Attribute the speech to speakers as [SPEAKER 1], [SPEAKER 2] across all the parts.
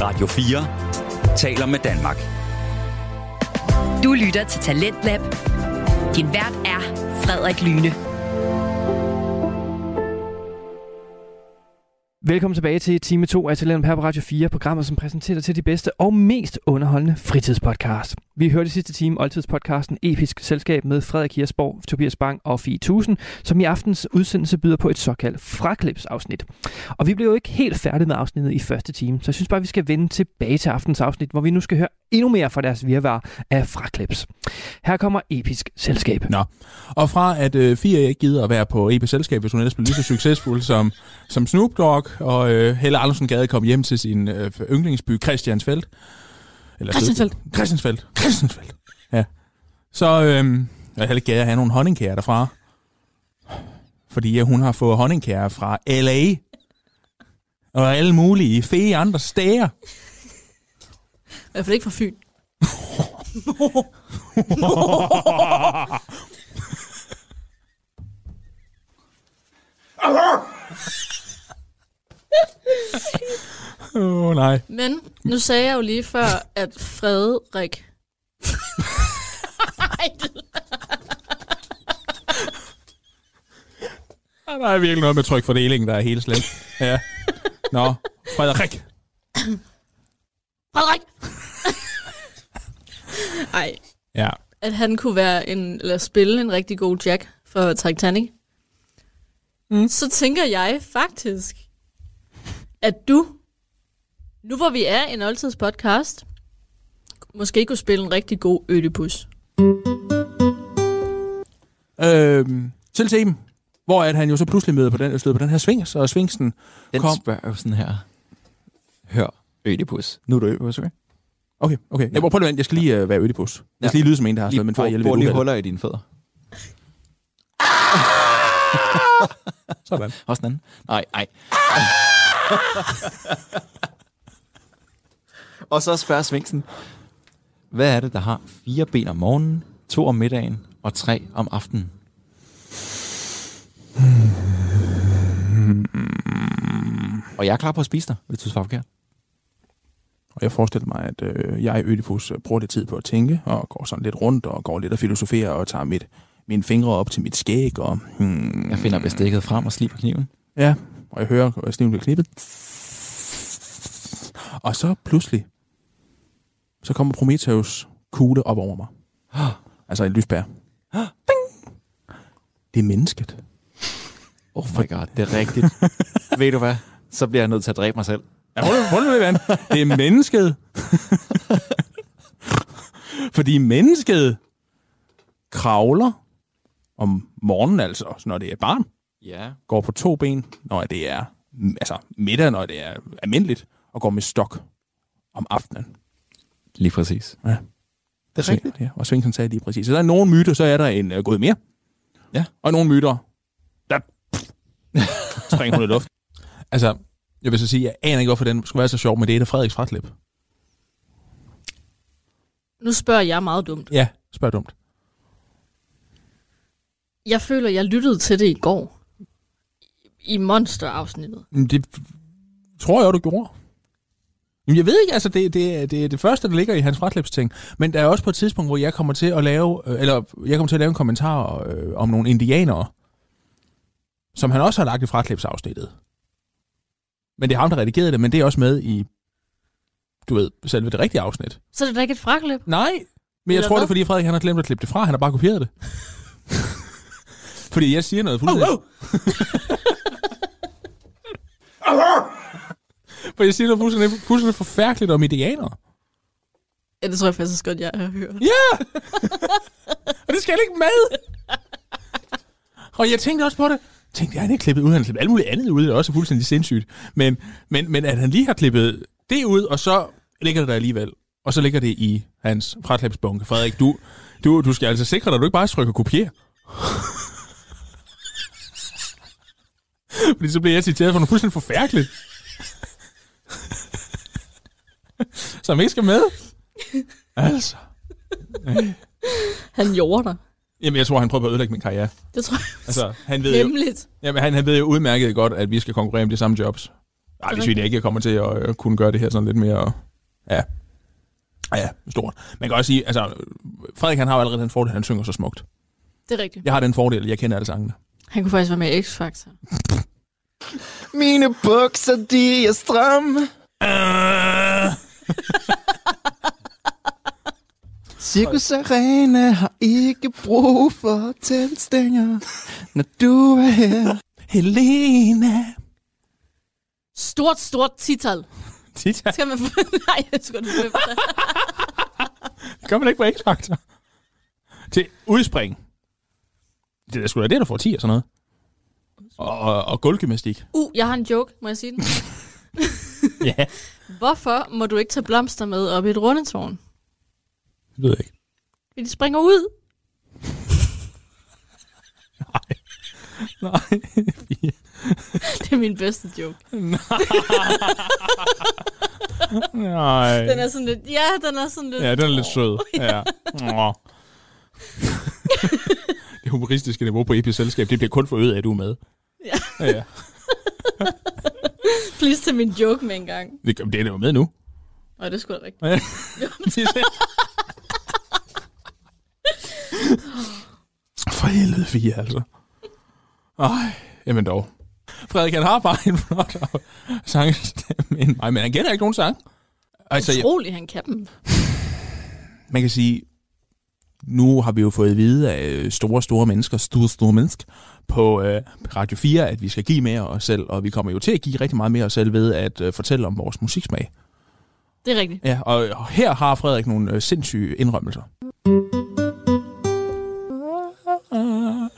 [SPEAKER 1] Radio 4 taler med Danmark.
[SPEAKER 2] Du lytter til Talentlab. Din vært er Frederik Lyne.
[SPEAKER 3] Velkommen tilbage til time 2 af Talent her på Radio 4, programmet som præsenterer til de bedste og mest underholdende fritidspodcast. Vi hørte i sidste time oldtidspodcasten Episk Selskab med Frederik Hirsborg, Tobias Bang og Fie Tusen, som i aftens udsendelse byder på et såkaldt fraklipsafsnit. Og vi blev jo ikke helt færdige med afsnittet i første time, så jeg synes bare, vi skal vende tilbage til aftens afsnit, hvor vi nu skal høre endnu mere fra deres virvar af fraklips. Her kommer Episk Selskab.
[SPEAKER 4] Nå. Og fra at øh, Fia ikke gider at være på EP Selskab, hvis hun ellers blev lige så succesfuld som, som Snoop Dogg, og øh, Helle Andersen Gade kom hjem til sin øh, yndlingsby Christiansfeldt. Eller
[SPEAKER 5] Christiansfeld.
[SPEAKER 4] Christiansfeldt. Christiansfeldt. Ja. Så øh, jeg Helle Gade have nogle honningkager derfra. Fordi øh, hun har fået honningkager fra L.A. Og alle mulige fede andre steder.
[SPEAKER 5] I hvert fald ikke fra Fyn.
[SPEAKER 4] Åh oh, nej.
[SPEAKER 5] Men nu sagde jeg jo lige før, at Frederik... Ej, det-
[SPEAKER 4] Ja, Der er virkelig noget med trykfordelingen, der er helt slemt. Ja. Nå, Frederik.
[SPEAKER 5] Frederik! Ej,
[SPEAKER 4] Ja.
[SPEAKER 5] at han kunne være en, eller spille en rigtig god Jack for Titanic, mm. så tænker jeg faktisk, at du, nu hvor vi er en oldtidspodcast, måske kunne spille en rigtig god Ødipus.
[SPEAKER 4] Øhm, til Theben, hvor at han jo så pludselig møder på den, øh, støder på den her svings, og svingsen
[SPEAKER 6] Den
[SPEAKER 4] Kom.
[SPEAKER 6] Kom. spørger jo sådan her. Hør, Ødipus. Nu er du Ødipus, okay?
[SPEAKER 4] Okay, okay. Jeg, prøv lige, at vente. jeg skal lige øh, være ødipus. Jeg skal lige lyde som en, der har slået min far ihjel ved
[SPEAKER 6] bor
[SPEAKER 4] et
[SPEAKER 6] lige
[SPEAKER 4] uheld.
[SPEAKER 6] huller i dine fødder.
[SPEAKER 4] Sådan.
[SPEAKER 6] Også den anden. Nej, nej. og så spørger Svingsen, hvad er det, der har fire ben om morgenen, to om middagen og tre om aftenen? Og jeg er klar på at spise dig, hvis du svarer forkert.
[SPEAKER 4] Og jeg forestiller mig, at øh, jeg ødipus øh, bruger lidt tid på at tænke, og går sådan lidt rundt, og går lidt og filosoferer, og tager mit, mine fingre op til mit skæg, og, hmm,
[SPEAKER 6] Jeg finder bestikket frem og sliber kniven.
[SPEAKER 4] ja, og jeg hører, at sniven bliver knippet. Og så pludselig, så kommer Prometheus kugle op over mig. Altså en lyspære. Ding! Det er mennesket.
[SPEAKER 6] Oh my god, det er rigtigt. Ved du hvad? Så bliver jeg nødt til at dræbe mig selv.
[SPEAKER 4] Ja, hold, nu- hold nu lidt vand. Det er mennesket. Fordi mennesket kravler om morgenen, altså så når det er barn,
[SPEAKER 6] Ja.
[SPEAKER 4] går på to ben, når det er mm, altså middag, når det er almindeligt, og går med stok om aftenen.
[SPEAKER 6] Lige præcis.
[SPEAKER 4] Ja. Det er rigtigt. Ja, og Svingsen sagde lige præcis. Så der er nogle myter, så er der en uh, god mere.
[SPEAKER 6] Ja.
[SPEAKER 4] Og nogle myter, der springer hun i luft. Altså, jeg vil så sige, jeg aner ikke, hvorfor den skulle være så sjov, men det er da Frederiks fratlip.
[SPEAKER 5] Nu spørger jeg meget dumt.
[SPEAKER 4] Ja, spørg dumt.
[SPEAKER 5] Jeg føler, jeg lyttede til det i går. I monster-afsnittet.
[SPEAKER 4] Men Det tror jeg, du gjorde. Jamen, jeg ved ikke, altså det, det, det er det første, der ligger i hans fratlipsting. Men der er også på et tidspunkt, hvor jeg kommer til at lave, øh, eller jeg kommer til at lave en kommentar øh, om nogle indianere, som han også har lagt i fratlipsafsnittet. Men det er ham, der redigerede det, men det er også med i, du ved, selve det rigtige afsnit.
[SPEAKER 5] Så er det da ikke et fraklip.
[SPEAKER 4] Nej, men jeg
[SPEAKER 5] Eller
[SPEAKER 4] tror, det er,
[SPEAKER 5] hvad?
[SPEAKER 4] fordi Frederik han har glemt at klippe det fra. Han har bare kopieret det. fordi jeg siger noget fuldstændig... Oh, oh. For jeg siger noget fuldstændig, fuldstændig forfærdeligt om indianere.
[SPEAKER 5] Ja, det tror jeg faktisk godt, jeg har hørt.
[SPEAKER 4] Ja! og det skal jeg ikke med! Og jeg tænkte også på det. Tænkte jeg, han ikke klippet ud, han har klippet alt muligt andet ud, det er også fuldstændig sindssygt. Men, men, men at han lige har klippet det ud, og så ligger det der alligevel. Og så ligger det i hans fraklipsbunke. Frederik, du, du, du skal altså sikre dig, at du ikke bare trykker kopier. Fordi så bliver jeg citeret for noget fuldstændig forfærdeligt. Som ikke skal med. Altså.
[SPEAKER 5] Han gjorde dig.
[SPEAKER 4] Jamen, jeg tror, han prøver at ødelægge min karriere.
[SPEAKER 5] Det tror jeg
[SPEAKER 4] Altså, han ved jo,
[SPEAKER 5] nemligt.
[SPEAKER 4] jamen, han, han ved jo udmærket godt, at vi skal konkurrere om de samme jobs. Nej, hvis vi ikke jeg kommer til at øh, kunne gøre det her sådan lidt mere... Ja, ja, stort. Man kan også sige, altså, Frederik han har jo allerede den fordel, at han synger så smukt.
[SPEAKER 5] Det er rigtigt.
[SPEAKER 4] Jeg har den fordel, jeg kender alle sangene.
[SPEAKER 5] Han kunne faktisk være med i X-Factor.
[SPEAKER 6] Mine bukser, de er stramme.
[SPEAKER 4] Øh,
[SPEAKER 6] Cirkus Arena har ikke brug for tændstænger, når du er her.
[SPEAKER 4] Helena.
[SPEAKER 5] Stort, stort tital.
[SPEAKER 4] Tita,
[SPEAKER 5] Skal man... Nej, jeg skulle ikke løbe det.
[SPEAKER 4] gør man ikke på X-Factor? Til udspring. Det er sgu da det, der får 10 og sådan noget. Og, og, og gulvgymnastik.
[SPEAKER 5] Uh, jeg har en joke, må jeg sige den?
[SPEAKER 4] Ja,
[SPEAKER 5] Hvorfor må du ikke tage blomster med op i et rundetårn?
[SPEAKER 4] det ved jeg ikke.
[SPEAKER 5] Fordi de springer ud.
[SPEAKER 4] Nej,
[SPEAKER 5] Det er min bedste joke.
[SPEAKER 4] nej.
[SPEAKER 5] Den er sådan lidt... Ja, den er sådan lidt...
[SPEAKER 4] Øh. Ja, den er lidt sød. Ja. Nå. det humoristiske niveau på Episk Selskab, det bliver kun forøget af, at du er med. Ja. ja.
[SPEAKER 5] Please til min joke med en gang.
[SPEAKER 4] Det, det er det jo med nu.
[SPEAKER 5] Og det skulle da rigtigt.
[SPEAKER 4] For helvede, fire altså. Ej, jamen dog. Frederik, han har bare en flot sangstemme end mig, men han kender ikke nogen sang. Altså, jeg,
[SPEAKER 5] Utrolig, han kan dem.
[SPEAKER 4] man kan sige, nu har vi jo fået at vide af øh, store, store mennesker, store, store mennesker, på øh, Radio 4, at vi skal give mere af os selv, og vi kommer jo til at give rigtig meget mere af os selv ved at øh, fortælle om vores musiksmag.
[SPEAKER 5] Det er rigtigt.
[SPEAKER 4] Ja, og, og her har Frederik nogle øh, sindssyge indrømmelser.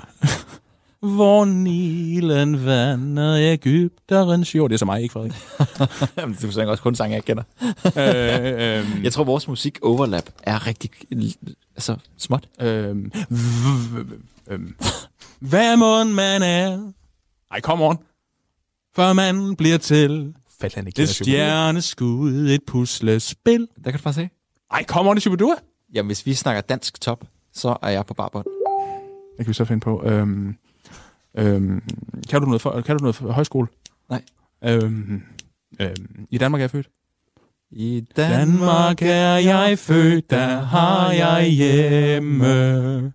[SPEAKER 4] Hvor Nilen vander Ægypterens jord. Det er så mig, ikke Frederik?
[SPEAKER 6] Jamen, du synger også kun sange, jeg kender.
[SPEAKER 4] øh, øh,
[SPEAKER 6] Jeg tror, vores musik overlap er rigtig altså, småt.
[SPEAKER 4] Øhm, v- v- v- øhm. Hvad må man er? Ej, kom on. For man bliver til
[SPEAKER 6] Fedt, han ikke
[SPEAKER 4] det stjerneskud, et puslespil.
[SPEAKER 6] Der kan du bare se.
[SPEAKER 4] Ej, kom on, det Shubidua.
[SPEAKER 6] Jamen, hvis vi snakker dansk top, så er jeg på barbånd.
[SPEAKER 4] Hvad kan vi så finde på? Øhm, øhm, kan, du noget for, kan du noget for højskole?
[SPEAKER 6] Nej.
[SPEAKER 4] Øhm, øhm, I Danmark er jeg født.
[SPEAKER 6] I
[SPEAKER 4] Danmark er jeg født, der har jeg hjemme.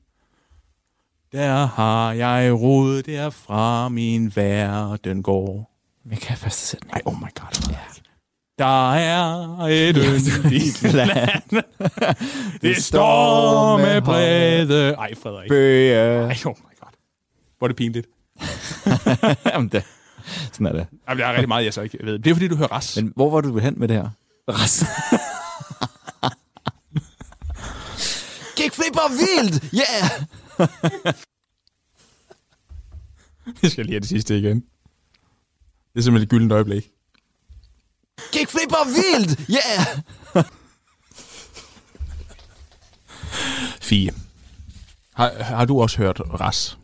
[SPEAKER 4] Der har jeg rod, derfra min verden går.
[SPEAKER 6] Jeg kan første sætning.
[SPEAKER 4] Ej, oh my god. Frederik. Der er et yndigt land. Det står med brede. Ej, Frederik.
[SPEAKER 6] Bøge.
[SPEAKER 4] Ej, oh my god. Hvor er det pinligt.
[SPEAKER 6] Jamen, det. Sådan er det.
[SPEAKER 4] Jamen, der er rigtig meget, jeg så ikke ved. Det er, fordi du hører ras.
[SPEAKER 6] Men hvor var du hen med det her? Ras. Kickflipper vildt! Yeah!
[SPEAKER 4] Jeg skal lige have det sidste igen. Det er simpelthen et gyldent øjeblik.
[SPEAKER 6] Kickflipper vildt! Yeah!
[SPEAKER 4] Fie. Har, har du også hørt ras?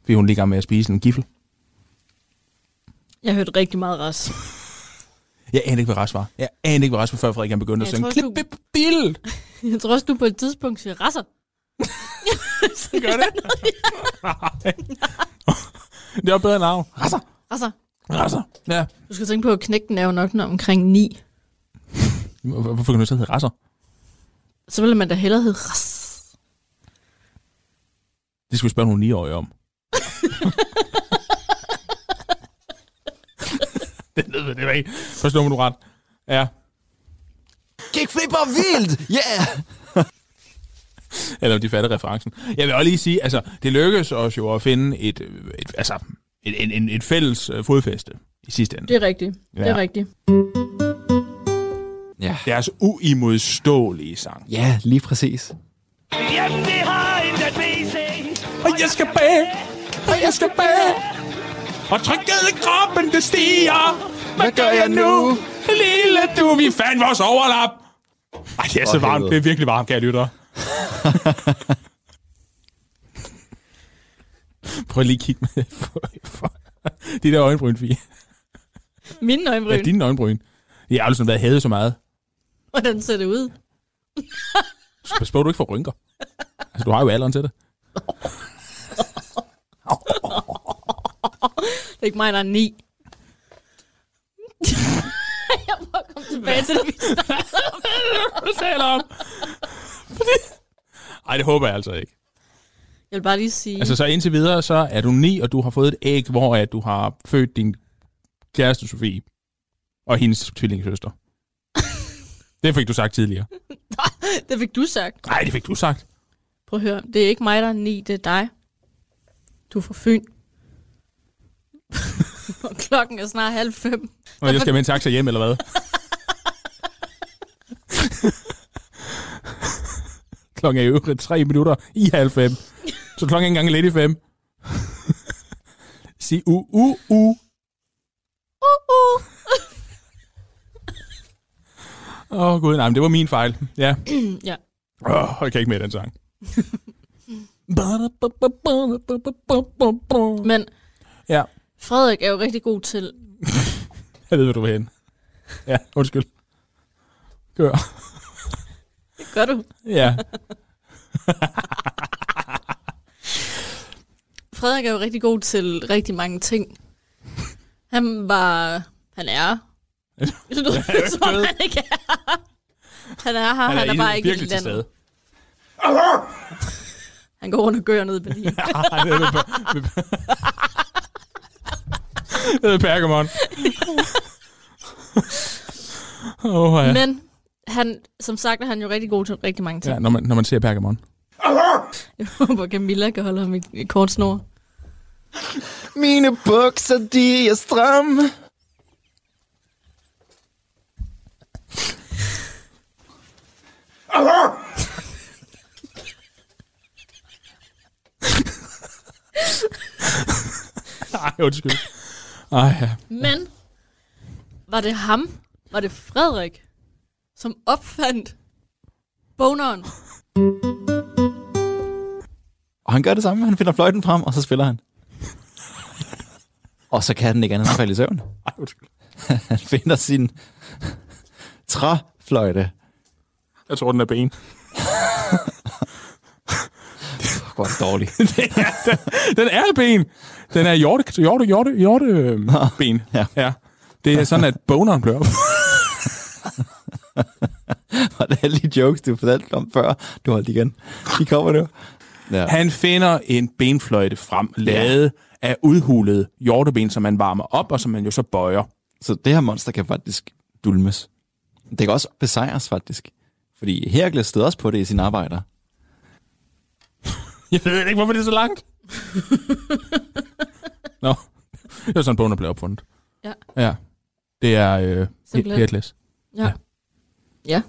[SPEAKER 4] Fordi hun ligger med at spise en gifle.
[SPEAKER 5] Jeg hørte rigtig meget ras.
[SPEAKER 4] Jeg anede ikke, hvad ras var. Jeg anede ikke, hvad ras var, før Frederik han begyndte at
[SPEAKER 5] Jeg
[SPEAKER 4] synge.
[SPEAKER 5] tror også,
[SPEAKER 4] Klip,
[SPEAKER 5] du-
[SPEAKER 4] bip, bild!
[SPEAKER 5] Jeg tror også, du på et tidspunkt siger rasser.
[SPEAKER 4] Gør det? Nej. det var bedre navn. Rasser.
[SPEAKER 5] Rasser.
[SPEAKER 4] Rasser. Ja.
[SPEAKER 5] Du skal tænke på, at knægten er jo nok når omkring 9.
[SPEAKER 4] Hvor- Hvorfor kan du så hedde rasser?
[SPEAKER 5] Så ville man da hellere hedde ras.
[SPEAKER 4] Det skulle vi spørge nogle 9-årige om. det lød det var ikke. Forstår mig, du ret. Ja.
[SPEAKER 6] Kickflipper vildt! Yeah!
[SPEAKER 4] Eller om de fatter referencen. Jeg vil også lige sige, altså, det lykkedes os jo at finde et, øh, et altså, et, en, en, et fælles øh, fodfæste i sidste ende.
[SPEAKER 5] Det er rigtigt. Ja. Det er
[SPEAKER 4] Ja.
[SPEAKER 5] rigtigt.
[SPEAKER 6] Ja.
[SPEAKER 4] Deres uimodståelige sang.
[SPEAKER 6] Ja, lige præcis.
[SPEAKER 4] Og jeg skal bage, og jeg skal bage. Og trykket i kroppen, det stiger. Hvad gør jeg nu? Lille du, vi fandt vores overlap. Ej, det er så
[SPEAKER 6] For
[SPEAKER 4] varmt.
[SPEAKER 6] helvede.
[SPEAKER 4] Det er virkelig varmt, kære lytter. Prøv lige at kigge med for, for, de der øjenbryn, vi.
[SPEAKER 5] Min
[SPEAKER 4] Ja,
[SPEAKER 5] øjenbryn.
[SPEAKER 4] dine øjenbryn. Jeg har aldrig sådan været hævet så meget.
[SPEAKER 5] Hvordan ser det ud?
[SPEAKER 4] Så Pas på, du ikke får rynker. Altså, du har jo alderen til det.
[SPEAKER 5] Det er ikke mig, der er 9. tilbage til det, vi
[SPEAKER 4] Hvad taler om? Fordi- Ej, det håber jeg altså ikke.
[SPEAKER 5] Jeg vil bare lige sige,
[SPEAKER 4] Altså,
[SPEAKER 5] altså,
[SPEAKER 4] så indtil videre, så er du ni, og du har fået et æg, hvor at du har født din kæreste Sofie og hendes tvillingssøster. det fik du sagt tidligere.
[SPEAKER 5] det fik du sagt.
[SPEAKER 4] Nej, det fik du sagt.
[SPEAKER 5] Prøv at høre, det er ikke mig, der er ni, det er dig. Du er fra Fyn. og klokken er snart halv fem.
[SPEAKER 4] Og jeg skal med en taxa hjem, eller hvad? klokken er i øvrigt tre minutter i halv fem. Så klokken er ikke engang lidt i fem. Sig u, u, u.
[SPEAKER 5] Uh, uh.
[SPEAKER 4] Åh, oh, gud, nej, men det var min fejl. Ja.
[SPEAKER 5] ja.
[SPEAKER 4] Åh, oh, jeg kan ikke med den sang.
[SPEAKER 5] Men
[SPEAKER 4] Ja,
[SPEAKER 5] Frederik er jo rigtig god til...
[SPEAKER 4] jeg ved, hvor du vil hen. Ja, undskyld. Kør.
[SPEAKER 5] Det gør du.
[SPEAKER 4] Ja,
[SPEAKER 5] Frederik er jo rigtig god til rigtig mange ting. Han var... Han er... Det lyder som om, han ikke er. Han er her, han er, han er bare ikke i
[SPEAKER 4] virkelig til
[SPEAKER 5] landet.
[SPEAKER 4] stede.
[SPEAKER 5] Han går rundt og gør ned i Berlin.
[SPEAKER 4] Ej, det er med, pa- med, det er Pergamon. Åh, oh, ja.
[SPEAKER 5] Men han, som sagt er han jo rigtig god til rigtig mange ting.
[SPEAKER 4] ja når, man, når man ser Pergamon.
[SPEAKER 5] Jeg håber, Camilla kan holde ham i, i kort snor.
[SPEAKER 6] Mine bukser, de er stramme.
[SPEAKER 4] Nej, undskyld. Ej, ja.
[SPEAKER 5] Men var det ham, var det Frederik, som opfandt boneren?
[SPEAKER 6] Og han gør det samme. Han finder fløjten frem, og så spiller han. Og så kan den ikke andet end at falde i søvn.
[SPEAKER 4] Ej, undskyld.
[SPEAKER 6] Han finder sin træfløjte.
[SPEAKER 4] Jeg tror, den er ben.
[SPEAKER 6] Fuck, Hvor er det dårligt.
[SPEAKER 4] Den er ben. Den er hjorte, hjorte, hjorte, hjorte øhm, ben.
[SPEAKER 6] Ja.
[SPEAKER 4] ja. Det er sådan, at boneren bliver op.
[SPEAKER 6] Og det er alle de jokes, du fortalte om før. Du holdt igen. De kommer nu. Ja.
[SPEAKER 4] Han finder en benfløjte frem, lavet af udhulede hjorteben, som man varmer op, og som man jo så bøjer.
[SPEAKER 6] Så det her monster kan faktisk dulmes. Det kan også besejres, faktisk. Fordi Hercules stod også på det i sine arbejder.
[SPEAKER 4] Jeg ved ikke, hvorfor det er så langt. Nå, det var sådan, bogen blev opfundet.
[SPEAKER 5] Ja.
[SPEAKER 4] Ja. Det er øh,
[SPEAKER 5] Simpelthen.
[SPEAKER 4] Hercules.
[SPEAKER 5] Ja. Ja.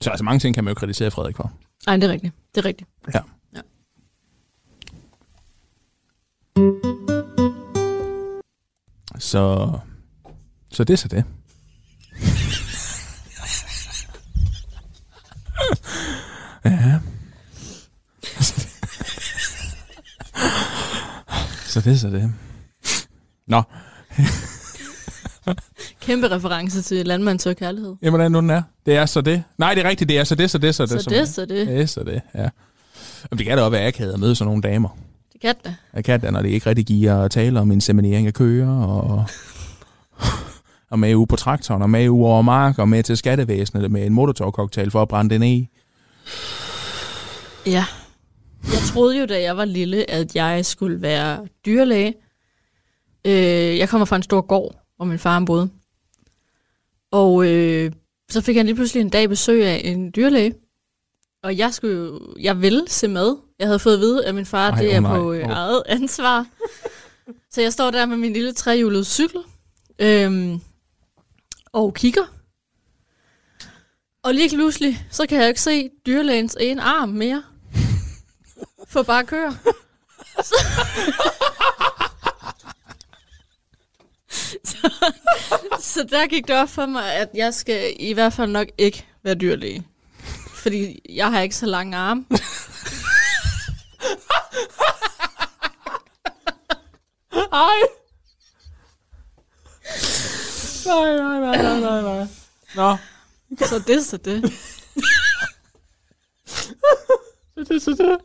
[SPEAKER 4] Så altså mange ting kan man jo kritisere Frederik for.
[SPEAKER 5] Ej, det er rigtigt. Det er rigtigt.
[SPEAKER 4] Ja.
[SPEAKER 5] Ja.
[SPEAKER 4] Så, så det er så det. ja. Så det er så det. Nå,
[SPEAKER 5] Kæmpe reference til landmand søger kærlighed.
[SPEAKER 4] jamen, hvordan nu den er? Det er så det. Nej, det er rigtigt, det er så det, så det, så det.
[SPEAKER 5] Så
[SPEAKER 4] som-
[SPEAKER 5] det, så det.
[SPEAKER 4] Ja, så det, ja. Jamen, det kan da også være akavet at møde sådan nogle damer.
[SPEAKER 5] Det kan det.
[SPEAKER 4] Jeg kan da, når det ikke rigtig giver at tale om inseminering af køer, og, og med uge på traktoren, og med uge over mark, og med til skattevæsenet med en motortorcocktail for at brænde den af.
[SPEAKER 5] Ja. Jeg troede jo, da jeg var lille, at jeg skulle være dyrlæge. Øh, jeg kommer fra en stor gård, hvor min far boede. Og øh, så fik han lige pludselig en dag besøg af en dyrlæge. Og jeg skulle jo, jeg ville se med. Jeg havde fået at vide, at min far,
[SPEAKER 4] Ej,
[SPEAKER 5] Ej, det
[SPEAKER 4] åh
[SPEAKER 5] er
[SPEAKER 4] nej.
[SPEAKER 5] på øh,
[SPEAKER 4] Åh.
[SPEAKER 5] eget ansvar. så jeg står der med min lille trehjulede cykel. Øhm, og kigger. Og lige pludselig, så kan jeg jo ikke se dyrlægens ene arm mere. For bare køer. Så... så... så der gik det op for mig, at jeg skal i hvert fald nok ikke være dyrlæge. Fordi jeg har ikke så lange arme.
[SPEAKER 4] Ej! Nej, nej, nej, nej, nej, nej. Nå,
[SPEAKER 5] Så det, så det.
[SPEAKER 4] så det, så det.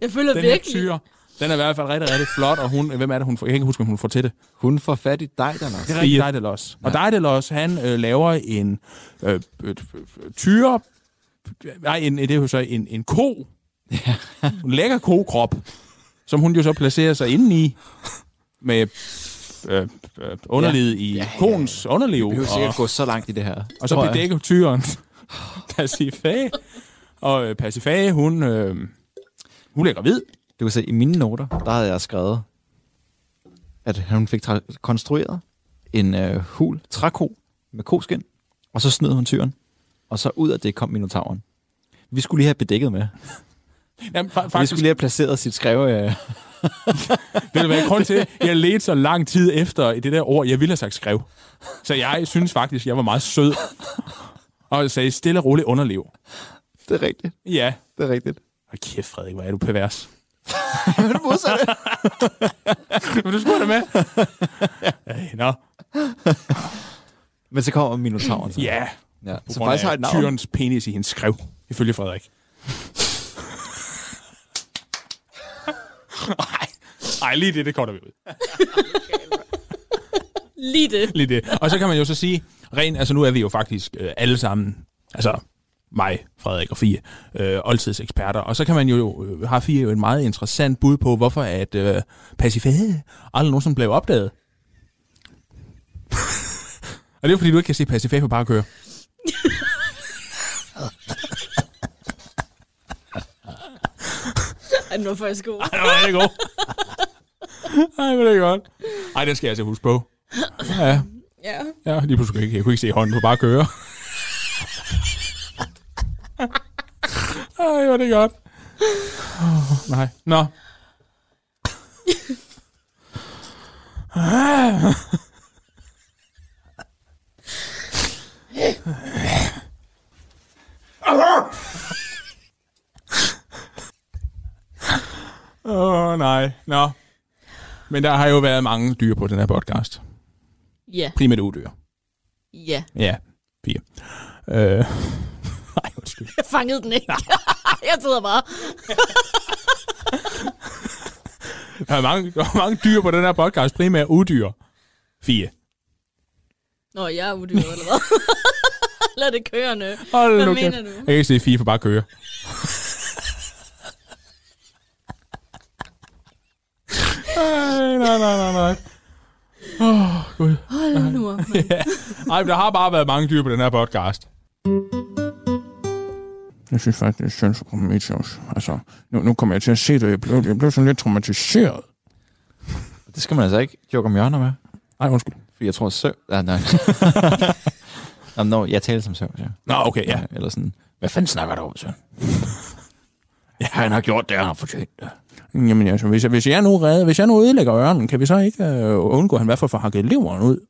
[SPEAKER 5] Jeg føler
[SPEAKER 4] Den her
[SPEAKER 5] virkelig,
[SPEAKER 4] tyre. Den er i hvert fald rigtig, rigtig flot, og hun, hvem er det, hun får? Jeg kan ikke huske, om hun får til det.
[SPEAKER 6] Hun får fat i dig, der
[SPEAKER 4] Det er rigtig Dejdelos. Og Dejdelos, han øh, laver en øh, øh, tyre... Nej, en, det er jo så en, en ko. Ja. En lækker kokrop, som hun jo så placerer sig inde i med øh, øh, underlivet ja. i ja, konens ja, ja. underliv.
[SPEAKER 6] Vi behøver
[SPEAKER 4] og-
[SPEAKER 6] sikkert gå så langt i det her.
[SPEAKER 4] og så
[SPEAKER 6] tror jeg.
[SPEAKER 4] bedækker tyren Pasifage. Og øh, Pasifage, hun, øh, hun lægger vid.
[SPEAKER 6] Du kan se, i mine noter, der havde jeg skrevet, at hun fik tra- konstrueret en øh, hul træko med koskin, og så snød hun tyren, og så ud af det kom minotauren. Vi skulle lige have bedækket med. Faktisk.
[SPEAKER 4] Jamen, fa-
[SPEAKER 6] Vi
[SPEAKER 4] faktisk,
[SPEAKER 6] skulle lige have placeret sit skreve. Øh,
[SPEAKER 4] ved du hvad, grund til, at jeg ledte så lang tid efter i det der ord, jeg ville have sagt skrev. Så jeg synes faktisk, jeg var meget sød. Og sagde stille og roligt underliv.
[SPEAKER 6] det er rigtigt.
[SPEAKER 4] Ja.
[SPEAKER 6] Det er rigtigt.
[SPEAKER 4] Og kæft, Frederik, hvor er du pervers.
[SPEAKER 6] Men modsatte.
[SPEAKER 4] Men du skulle da med. Ej, Øh, nå.
[SPEAKER 6] Men så kommer minotauren. Så.
[SPEAKER 4] Ja.
[SPEAKER 6] ja.
[SPEAKER 4] På
[SPEAKER 6] Så
[SPEAKER 4] grund
[SPEAKER 6] faktisk har
[SPEAKER 4] af
[SPEAKER 6] jeg et navn.
[SPEAKER 4] tyrens penis i hendes skrev, ifølge Frederik. Ej, Ej, lige det, det korter vi ud.
[SPEAKER 5] Lige det.
[SPEAKER 4] Lige det. Og så kan man jo så sige, rent, altså nu er vi jo faktisk øh, alle sammen, altså mig, Frederik og Fie, øh, oldtidseksperter, og så kan man jo, øh, har Fie jo en meget interessant bud på, hvorfor at øh, Pasifade aldrig nogensinde blev opdaget. og det er jo, fordi, du ikke kan se Pasifade på bare køre.
[SPEAKER 5] Ej, den var faktisk god.
[SPEAKER 4] Ej, hvor er det god. Ej, hvor er det godt. Ej, det skal jeg altså huske på. Ja,
[SPEAKER 5] Ja.
[SPEAKER 4] ja lige pludselig kunne jeg ikke. Jeg kunne ikke se hånden på bare køre. Ej, hvor er det godt. Oh, nej. Nå. Åh, oh, nej. Nå. Men der har jo været mange dyr på den her podcast.
[SPEAKER 5] Ja.
[SPEAKER 4] Primært udyr.
[SPEAKER 5] Ja.
[SPEAKER 4] Ja, fire. Øh. Nej, undskyld.
[SPEAKER 5] Jeg fangede den ikke. jeg sidder bare.
[SPEAKER 4] Der er, mange, der er mange dyr på den her podcast. Primært udyr. Fire.
[SPEAKER 5] Nå, jeg er udyr, eller hvad? Lad det køre nu.
[SPEAKER 4] Hold
[SPEAKER 5] Hvad
[SPEAKER 4] nu
[SPEAKER 5] mener
[SPEAKER 4] kæft.
[SPEAKER 5] du?
[SPEAKER 4] Jeg kan ikke se fire for bare at køre. Ej, nej, nej, nej, nej. Åh, Gud.
[SPEAKER 5] Hold nu op, mand.
[SPEAKER 4] Ej, men der har bare været mange dyr på den her podcast. Jeg synes faktisk, det er synd for Prometheus. Altså, nu, nu kommer jeg til at se det, jeg blev, jeg blev sådan lidt traumatiseret.
[SPEAKER 6] Det skal man altså ikke joke om hjørner med.
[SPEAKER 4] Nej, undskyld.
[SPEAKER 6] For jeg tror søv... Nej, nej. Jamen, no, jeg taler som søv, ja. Øh,
[SPEAKER 4] Nå, okay, ja.
[SPEAKER 6] Eller sådan.
[SPEAKER 4] Hvad fanden snakker du om, så?
[SPEAKER 6] Ja, han har gjort det, han har fortjent det.
[SPEAKER 4] Jamen altså, hvis jeg, hvis jeg nu redder, hvis jeg nu ødelægger ørnen, kan vi så ikke øh, undgå, at han i hvert fald får hakket leveren ud?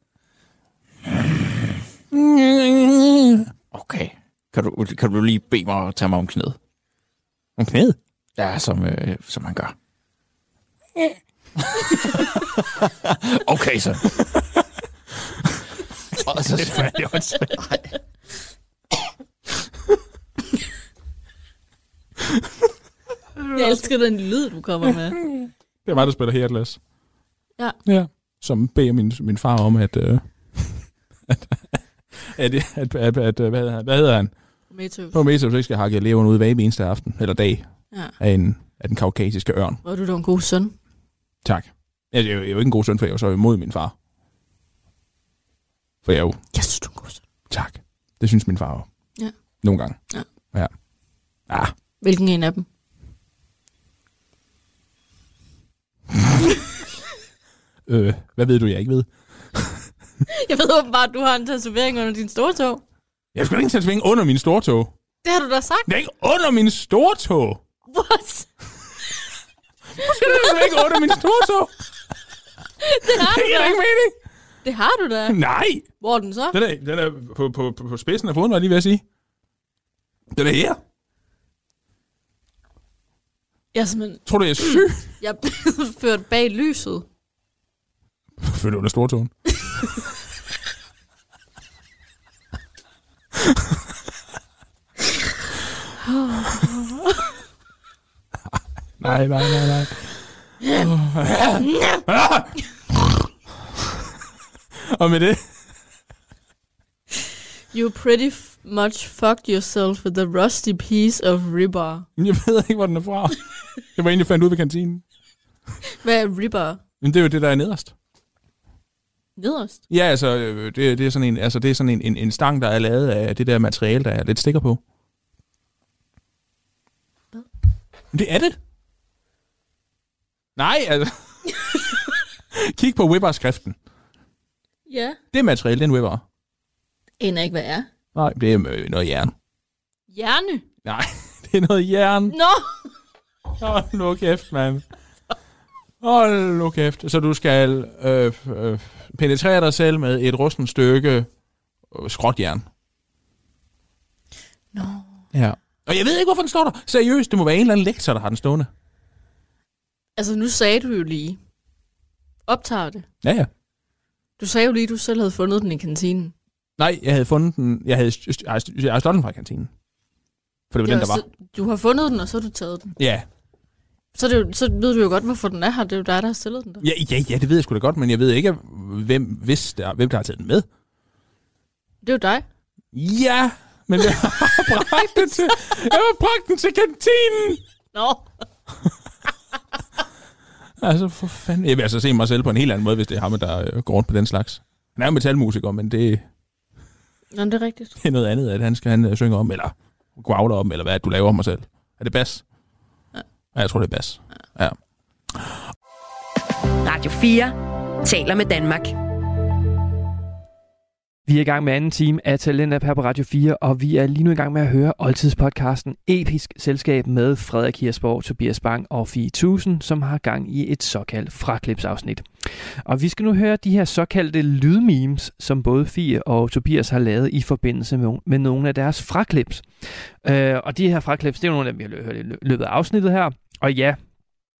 [SPEAKER 6] Okay. Kan du, kan du lige bede mig at tage mig om knæet?
[SPEAKER 4] En knæd?
[SPEAKER 6] Ja, som, øh, som han gør. okay, så. Og så,
[SPEAKER 5] Jeg elsker den lyd, du kommer med.
[SPEAKER 4] Det er mig, der spiller her, Atlas.
[SPEAKER 5] Ja.
[SPEAKER 4] ja. Som beder min, min far om, at... Øh, at, at, at, at, at, hvad hedder han? Hvad hedder han?
[SPEAKER 5] Prometheus.
[SPEAKER 4] Prometheus ikke skal hakke leveren ud hver eneste aften, eller dag,
[SPEAKER 5] Ja.
[SPEAKER 4] af, en, af den kaukasiske ørn.
[SPEAKER 5] Var du da en god søn?
[SPEAKER 4] Tak. Jeg, jeg, jeg er jo ikke en god søn, for jeg er jo så imod min far. For jeg er jo
[SPEAKER 5] Jeg synes, du er en god søn.
[SPEAKER 4] Tak. Det synes min far også.
[SPEAKER 5] Ja.
[SPEAKER 4] Nogle gange.
[SPEAKER 5] Ja.
[SPEAKER 4] Ja. Ah,
[SPEAKER 5] Hvilken en af dem?
[SPEAKER 4] øh, hvad ved du, jeg ikke ved?
[SPEAKER 5] Jeg ved åbenbart, at du har en tatovering under din store tog.
[SPEAKER 4] Jeg skal ikke tage under min stortog.
[SPEAKER 5] Det har du da sagt.
[SPEAKER 4] Det er ikke under min stortog.
[SPEAKER 5] What?
[SPEAKER 4] Det er sgu ikke under min stortog.
[SPEAKER 5] Det har
[SPEAKER 4] Det
[SPEAKER 5] du
[SPEAKER 4] er
[SPEAKER 5] da.
[SPEAKER 4] ikke mening.
[SPEAKER 5] Det har du da.
[SPEAKER 4] Nej.
[SPEAKER 5] Hvor er den så?
[SPEAKER 4] Den er, den er på, på, på, på spidsen af foden, var jeg lige ved at sige. Den er her.
[SPEAKER 5] Jeg er simpelthen...
[SPEAKER 4] Tror du, jeg er syg?
[SPEAKER 5] Jeg er blevet ført bag lyset.
[SPEAKER 4] Født under stortogen. nej, nej, nej, nej. Og med det...
[SPEAKER 5] You pretty f- much fucked yourself with a rusty piece of ribbar.
[SPEAKER 4] Jeg ved ikke, hvor den er fra. Det var en, jeg fandt ud ved kantinen.
[SPEAKER 5] Hvad er ribbar?
[SPEAKER 4] Men det er jo det, der er nederst.
[SPEAKER 5] Nederst.
[SPEAKER 4] Ja, altså, øh, det, det er sådan, en, altså, det er sådan en, en, en stang, der er lavet af det der materiale, der er lidt stikker på. Hvad? Det er det. Nej, altså. Kig på Whipper-skriften.
[SPEAKER 5] Ja.
[SPEAKER 4] Det materiale, den Whipper.
[SPEAKER 5] Aner ikke, hvad er.
[SPEAKER 4] Nej, det er øh, noget jern.
[SPEAKER 5] Hjerne.
[SPEAKER 4] Nej, det er noget jern.
[SPEAKER 5] Nå!
[SPEAKER 4] Hold nu kæft, mand. Hold nu kæft. Så du skal øh, øh, penetrere dig selv med et rustent stykke øh, skråtjern.
[SPEAKER 5] Nå.
[SPEAKER 4] Ja. Og jeg ved ikke, hvorfor den står der. Seriøst, det må være en eller anden lektor, der har den stående.
[SPEAKER 5] Altså, nu sagde du jo lige. Optager det.
[SPEAKER 4] Ja, ja.
[SPEAKER 5] Du sagde jo lige, at du selv havde fundet den i kantinen.
[SPEAKER 4] Nej, jeg havde fundet den. Jeg havde, st- jeg havde, st- jeg havde stjålet den fra kantinen. For det var
[SPEAKER 5] Det
[SPEAKER 4] den,
[SPEAKER 5] var
[SPEAKER 4] der var.
[SPEAKER 5] så- Du har fundet den, og så har du taget den.
[SPEAKER 4] Ja.
[SPEAKER 5] Så, er det jo, så ved du jo godt, hvorfor den er her. Det er jo dig, der har stillet den der.
[SPEAKER 4] Ja, ja, ja, det ved jeg sgu da godt, men jeg ved ikke, hvem, hvis der, hvem der har taget den med.
[SPEAKER 5] Det er jo dig.
[SPEAKER 4] Ja, men jeg har bragt den til, jeg har bragt den til kantinen.
[SPEAKER 5] Nå.
[SPEAKER 4] Altså, for fanden. Jeg vil altså se mig selv på en helt anden måde, hvis det er ham, der øh, går rundt på den slags. Han er jo metalmusiker, men det,
[SPEAKER 5] Nå, det er rigtigt.
[SPEAKER 4] det er noget andet, at han skal han øh, synge om, eller growler om, eller hvad er det, du laver om mig selv. Er det bas? Ja. Jeg tror, det er bas. Ja.
[SPEAKER 2] Radio 4 taler med Danmark.
[SPEAKER 3] Vi er i gang med anden time af Talent App her på Radio 4, og vi er lige nu i gang med at høre oldtidspodcasten Episk Selskab med Frederik Hirsborg, Tobias Bang og Fie Tusen, som har gang i et såkaldt fraklipsafsnit. Og vi skal nu høre de her såkaldte lydmemes, som både Fie og Tobias har lavet i forbindelse med, med nogle af deres fraklips. Øh, og de her fraklips, det er jo nogle af dem, vi har lø- hørt i lø- løbet af afsnittet her. Og ja,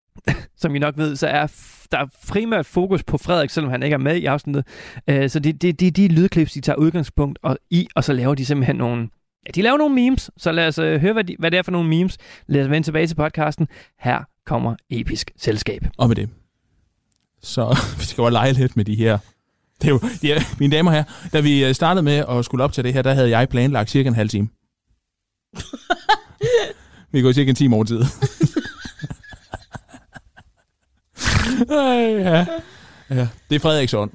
[SPEAKER 3] som I nok ved, så er f- der er primært fokus på Frederik, selvom han ikke er med i afsnittet. Øh, så det, det, det er de lydklips, de tager udgangspunkt og, i, og så laver de simpelthen nogle... Ja, de laver nogle memes, så lad os øh, høre, hvad, de, hvad det er for nogle memes. Lad os vende tilbage til podcasten. Her kommer Episk Selskab.
[SPEAKER 4] Og med det. Så vi skal jo lege lidt med de her. Det er jo, de er, mine damer her, da vi øh, startede med at skulle op til det her, der havde jeg planlagt cirka en halv time. vi går cirka en time over tid. Ej, ja. ja. Det er Frederiks ånd.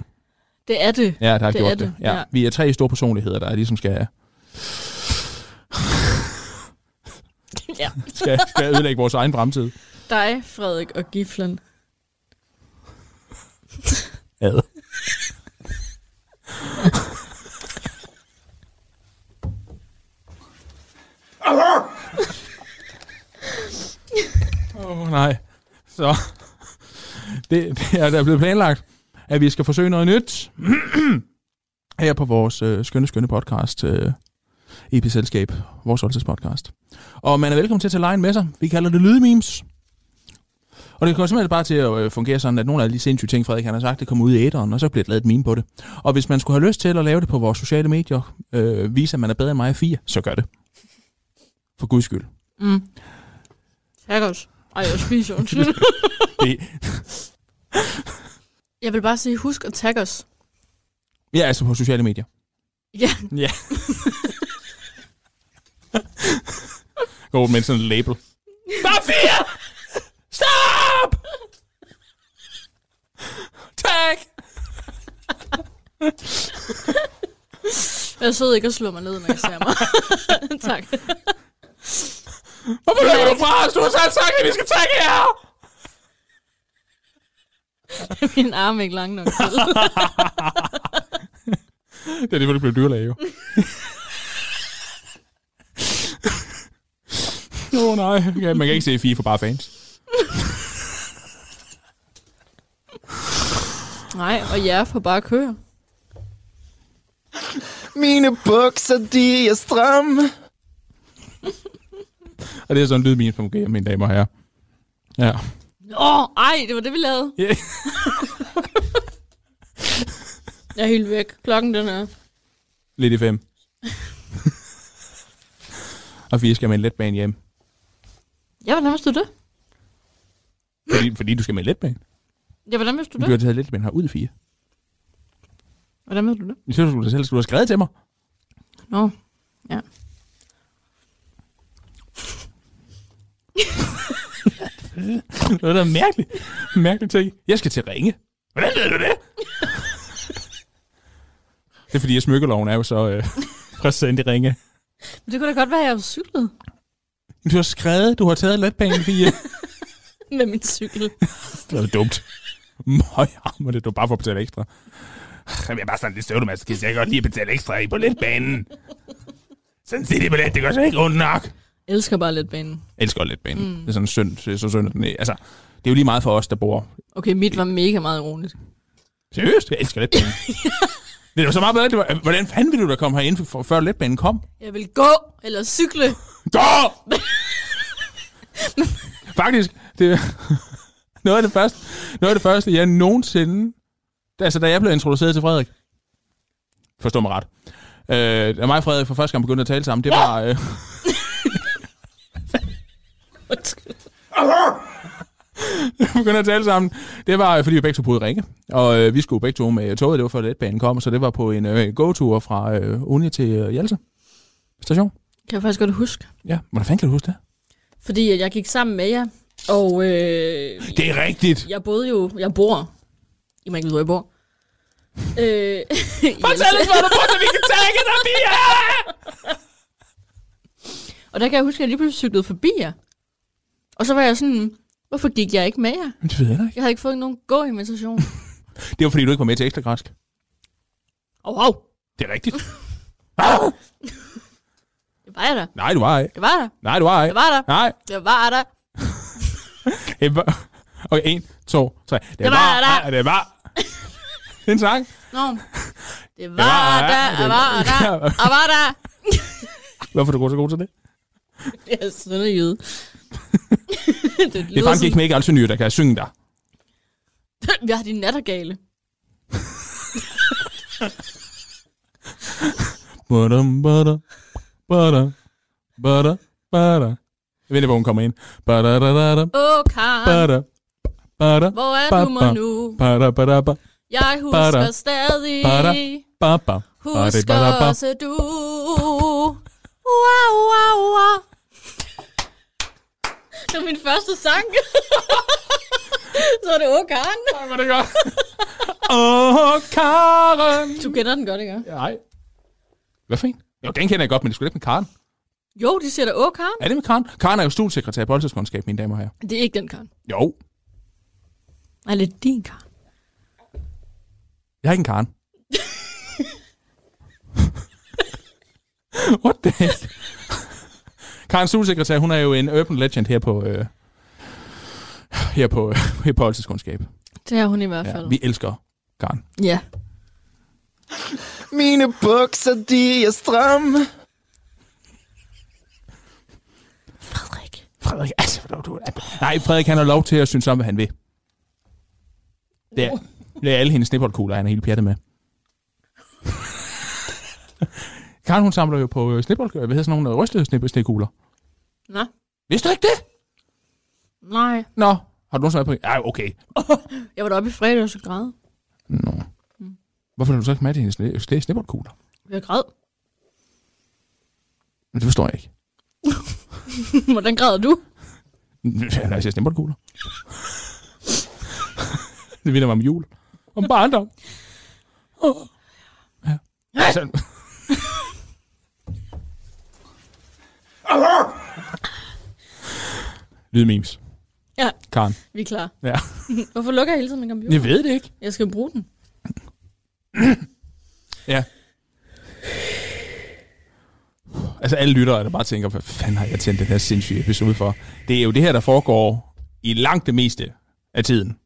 [SPEAKER 5] Det er det.
[SPEAKER 4] Ja, der har
[SPEAKER 5] Det
[SPEAKER 4] gjort
[SPEAKER 5] er
[SPEAKER 4] det.
[SPEAKER 5] det,
[SPEAKER 4] Ja.
[SPEAKER 5] ja.
[SPEAKER 4] Vi er tre store personligheder, der ligesom skal,
[SPEAKER 5] ja.
[SPEAKER 4] skal, skal ødelægge vores egen fremtid.
[SPEAKER 5] Dig, Frederik og Giflen.
[SPEAKER 4] Ad. Åh, oh, nej. Så det, det er der blevet planlagt, at vi skal forsøge noget nyt her på vores øh, skønne, skønne podcast, øh, EP-selskab, vores oldtidspodcast. Og man er velkommen til at tage lejen med sig. Vi kalder det lydmemes. Og det kommer simpelthen bare til at øh, fungere sådan, at nogle af de sindssyge ting, Frederik han har sagt, det kommer ud i æderen, og så bliver det lavet et meme på det. Og hvis man skulle have lyst til at lave det på vores sociale medier, øh, vise at man er bedre end mig i fire, så gør det. For guds skyld.
[SPEAKER 5] Mm. Tak også. Ej, jeg spiser undskyld.
[SPEAKER 4] Det,
[SPEAKER 5] jeg vil bare sige, husk at tagge os.
[SPEAKER 4] ja, altså på sociale medier.
[SPEAKER 5] Ja,
[SPEAKER 4] Gå rundt med sådan en label. Der er fire! Stop! Tak!
[SPEAKER 5] jeg sidder ikke og slår mig ned, når jeg ser mig. tak.
[SPEAKER 4] Hvorfor løber du fra os? Du har selv sagt, at vi skal takke jer!
[SPEAKER 5] Min arm er ikke lang nok til.
[SPEAKER 4] Det er det, hvor det blev dyrlæge, jo. Åh oh, nej, okay, man kan ikke se fire for bare fans.
[SPEAKER 5] Nej, og jer får bare køre.
[SPEAKER 6] Mine bukser, de er stramme.
[SPEAKER 4] Og det er sådan en lyd, min fungerer, mine damer og herrer. Ja.
[SPEAKER 5] Åh, oh, ej, det var det, vi lavede.
[SPEAKER 4] Yeah.
[SPEAKER 5] Jeg er helt væk. Klokken den er.
[SPEAKER 4] Lidt i fem. og vi skal med en letbane hjem.
[SPEAKER 5] Jeg var nærmest du det.
[SPEAKER 4] Fordi, fordi du skal med letbane.
[SPEAKER 5] Ja, hvordan vidste
[SPEAKER 4] Du
[SPEAKER 5] du det?
[SPEAKER 4] har taget letbane her ud i fire.
[SPEAKER 5] Hvordan vidste du det?
[SPEAKER 4] Jeg synes, du selv skulle have skrevet til mig.
[SPEAKER 5] Nå, ja.
[SPEAKER 4] Det var da mærkeligt. Mærkeligt ting. Jeg skal til ringe. Hvordan ved du det? det er fordi, at smykkeloven er jo så øh, præsent i ringe.
[SPEAKER 5] Men det kunne da godt være, at jeg var cyklet
[SPEAKER 4] Du har skrevet, du har taget letbanen, Fie.
[SPEAKER 5] med min cykel.
[SPEAKER 4] Det var dumt. Møj, men det du bare for at betale ekstra. Jamen, jeg er bare sådan lidt støvlemaskist. Jeg kan godt lide at betale ekstra i på letbanen. Sådan siger de billet, det gør så ikke ondt nok.
[SPEAKER 5] Jeg elsker bare letbanen.
[SPEAKER 4] Jeg elsker letbanen. Mm. Det er sådan synd, det er så synd, at den er. Altså, det er jo lige meget for os, der bor.
[SPEAKER 5] Okay, mit var mega meget ironisk.
[SPEAKER 4] Seriøst, jeg elsker letbanen. det var så meget bedre. Det var, hvordan fanden ville du da komme herind, for, før letbanen kom?
[SPEAKER 5] Jeg vil gå eller cykle.
[SPEAKER 4] Gå! Faktisk, det er noget af det første, noget af det første jeg nogensinde... Altså, da jeg blev introduceret til Frederik... Forstå mig ret. Øh, da mig og Frederik for første gang begyndte at tale sammen, det var... Øh,
[SPEAKER 5] Undskyld.
[SPEAKER 4] begyndte at tale sammen, det var, øh, fordi vi begge to boede i Rikke. Og øh, vi skulle begge to med toget, det var før letbanen kom, så det var på en øh, gåtur fra øh, Uni til øh, Hjelse station.
[SPEAKER 5] Kan jeg faktisk godt huske.
[SPEAKER 4] Ja, hvordan fanden kan du huske det?
[SPEAKER 5] Fordi at jeg gik sammen med jer, og øh,
[SPEAKER 4] Det er rigtigt!
[SPEAKER 5] jeg boede jo, jeg bor, I må ikke vide, hvor jeg bor. Øh,
[SPEAKER 4] Fortæl os, hvor du bor, så vi kan tage dig, Pia!
[SPEAKER 5] og der kan jeg huske, at jeg lige pludselig cyklede forbi jer. Og så var jeg sådan, hvorfor gik jeg ikke med jer?
[SPEAKER 4] Men det ved jeg da ikke.
[SPEAKER 5] Jeg havde ikke fået nogen gå-invitation.
[SPEAKER 4] Det var fordi, du ikke var med til ekstra græsk.
[SPEAKER 5] Åh, wow,
[SPEAKER 4] Det er rigtigt.
[SPEAKER 5] det var jeg der.
[SPEAKER 4] Nej, du var ej.
[SPEAKER 5] Det var der.
[SPEAKER 4] Nej, du var ej.
[SPEAKER 5] Det var der.
[SPEAKER 4] Nej.
[SPEAKER 5] Det var der.
[SPEAKER 4] Det var- Okay, en, to, tre. Det,
[SPEAKER 5] var der.
[SPEAKER 4] ej, Det var. Det er en sang.
[SPEAKER 5] Nå. Det var der. Det var der. Det var der.
[SPEAKER 4] Hvorfor er du god så god til det?
[SPEAKER 5] Det er sønderjyde. det
[SPEAKER 4] Det er
[SPEAKER 5] lyder
[SPEAKER 4] faktisk ikke
[SPEAKER 5] sådan,
[SPEAKER 4] Mikkel Altsønyer, der kan synge dig.
[SPEAKER 5] vi har de nattergale.
[SPEAKER 4] Badum, badum, badum, badum, badum. Jeg ved ikke, hvor hun kommer ind. Badadadadum,
[SPEAKER 5] Åh, Karen,
[SPEAKER 4] badum, badum,
[SPEAKER 5] hvor er du mig
[SPEAKER 4] Ba-ba.
[SPEAKER 5] nu?
[SPEAKER 4] badum, badum,
[SPEAKER 5] Jeg
[SPEAKER 4] Ba-da.
[SPEAKER 5] husker stadig.
[SPEAKER 4] Ba-da. badum.
[SPEAKER 5] Husker også du. Wow, wow, wow. Det var min første sang. Så er det Åh, Karen.
[SPEAKER 4] Var det godt? Åh, Karen.
[SPEAKER 5] Du kender den godt, ikke?
[SPEAKER 4] Nej. Hvad for en? Jo, den kender jeg godt, men det skulle ikke med Karen.
[SPEAKER 5] Jo, de siger da Åh, Karen.
[SPEAKER 4] Er det med Karen? Karen er jo studiesekretær på oldtidskundskab, mine damer og herrer.
[SPEAKER 5] Det er ikke den Karen.
[SPEAKER 4] Jo.
[SPEAKER 5] Nej, det er din Karen.
[SPEAKER 4] Jeg er ikke en Karen. What the heck? Karen studiesekretær, hun er jo en urban legend her på... Øh, her på, øh, her på oldtidskundskab.
[SPEAKER 5] Det er hun i hvert fald.
[SPEAKER 4] Ja, vi elsker Karen.
[SPEAKER 5] ja.
[SPEAKER 6] Mine bukser, de er stramme.
[SPEAKER 5] Frederik.
[SPEAKER 4] Frederik, altså, du, du, nej, Frederik, han har lov til at synes om, hvad han vil. Det er, det er alle hendes snibboldkugler, han er helt pjattet med. Karen, hun samler jo på øh, snibbold, hvad hedder sådan nogle øh, rystede snib- snekugler.
[SPEAKER 5] Nå.
[SPEAKER 4] Vidste du ikke det?
[SPEAKER 5] Nej.
[SPEAKER 4] Nå, har du nogensinde været på... Ej, okay.
[SPEAKER 5] Jeg var deroppe i fredags og græd.
[SPEAKER 4] Nå. Hvorfor er du så ikke med til hendes sne- sne- snibboldkugler?
[SPEAKER 5] Jeg græd.
[SPEAKER 4] Men Det forstår jeg ikke.
[SPEAKER 5] Hvordan græder du?
[SPEAKER 4] Når jeg siger snibboldkugler. det minder mig om jul. Om barndom. Åh. Ja. Altså, Lydmemes.
[SPEAKER 5] Ja,
[SPEAKER 4] Karen.
[SPEAKER 5] vi er klar.
[SPEAKER 4] Ja.
[SPEAKER 5] Hvorfor lukker jeg hele tiden min computer?
[SPEAKER 4] Jeg ved det ikke.
[SPEAKER 5] Jeg skal bruge den.
[SPEAKER 4] Ja. Altså alle lyttere, der bare tænker, hvad fanden har jeg tændt den her sindssyge episode for? Det er jo det her, der foregår i langt det meste af tiden.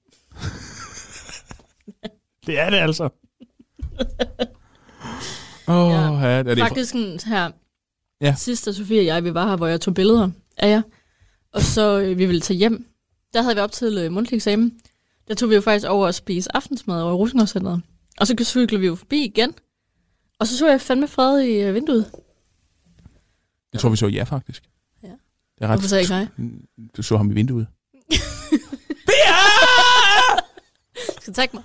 [SPEAKER 4] det er det altså. Åh, oh, ja. ja, det er det.
[SPEAKER 5] Faktisk sådan her.
[SPEAKER 4] Ja.
[SPEAKER 5] Sidst, da Sofie og jeg, vi var her, hvor jeg tog billeder af jer. Og så øh, vi ville tage hjem. Der havde vi op til øh, mundtlig eksamen. Der tog vi jo faktisk over og spise aftensmad over i Rusengårdscenteret. Og så cyklede vi jo forbi igen. Og så så jeg fandme fred i øh, vinduet.
[SPEAKER 4] Jeg tror, vi så ja, faktisk.
[SPEAKER 5] Ja.
[SPEAKER 4] Det er ret.
[SPEAKER 5] Hvorfor sagde jeg ikke nej?
[SPEAKER 4] Du så ham i vinduet. Vi
[SPEAKER 5] skal tagge mig.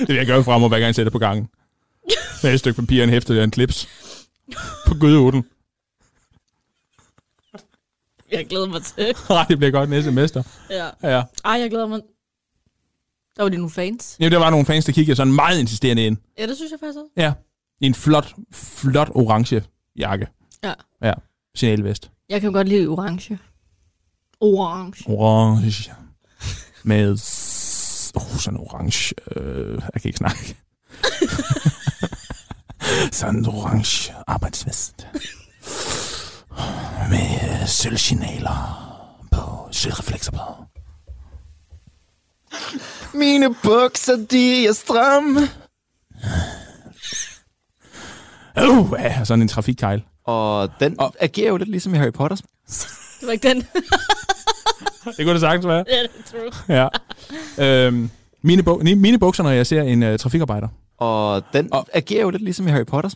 [SPEAKER 4] Det vil jeg gøre fremover, hver gang jeg sætter på gangen. Med et stykke papir, en hæfte og en klips. På gødeoten.
[SPEAKER 5] Jeg glæder mig til.
[SPEAKER 4] Nej, det bliver godt næste semester.
[SPEAKER 5] Ja.
[SPEAKER 4] Ja, Ja.
[SPEAKER 5] Ej, jeg glæder mig. Der var de nogle fans.
[SPEAKER 4] Jamen, der var nogle fans, der kiggede sådan meget insisterende ind.
[SPEAKER 5] Ja, det synes jeg faktisk også.
[SPEAKER 4] Ja. I en flot, flot orange jakke.
[SPEAKER 5] Ja.
[SPEAKER 4] Ja. Signalvest.
[SPEAKER 5] Jeg kan godt lide orange. Orange.
[SPEAKER 4] Orange. Med... s- Oh, sådan en orange... Øh, jeg kan ikke snakke. sådan en orange arbejdsvest. Med sølvsignaler på sølvreflekser på.
[SPEAKER 6] Mine bukser, de er stramme.
[SPEAKER 4] Oh, ja, sådan en trafikkejl.
[SPEAKER 6] Og den
[SPEAKER 4] Og-
[SPEAKER 6] og... agerer jo lidt ligesom i Harry Potter.
[SPEAKER 5] Det var ikke den.
[SPEAKER 4] Det kunne det sagtens være.
[SPEAKER 5] ja, det er true.
[SPEAKER 4] Ja. øhm, mine, bu- ni- mine bukser, når jeg ser en uh, trafikarbejder.
[SPEAKER 6] Og den
[SPEAKER 4] Og-
[SPEAKER 6] og... agerer jo lidt ligesom i Harry Potter.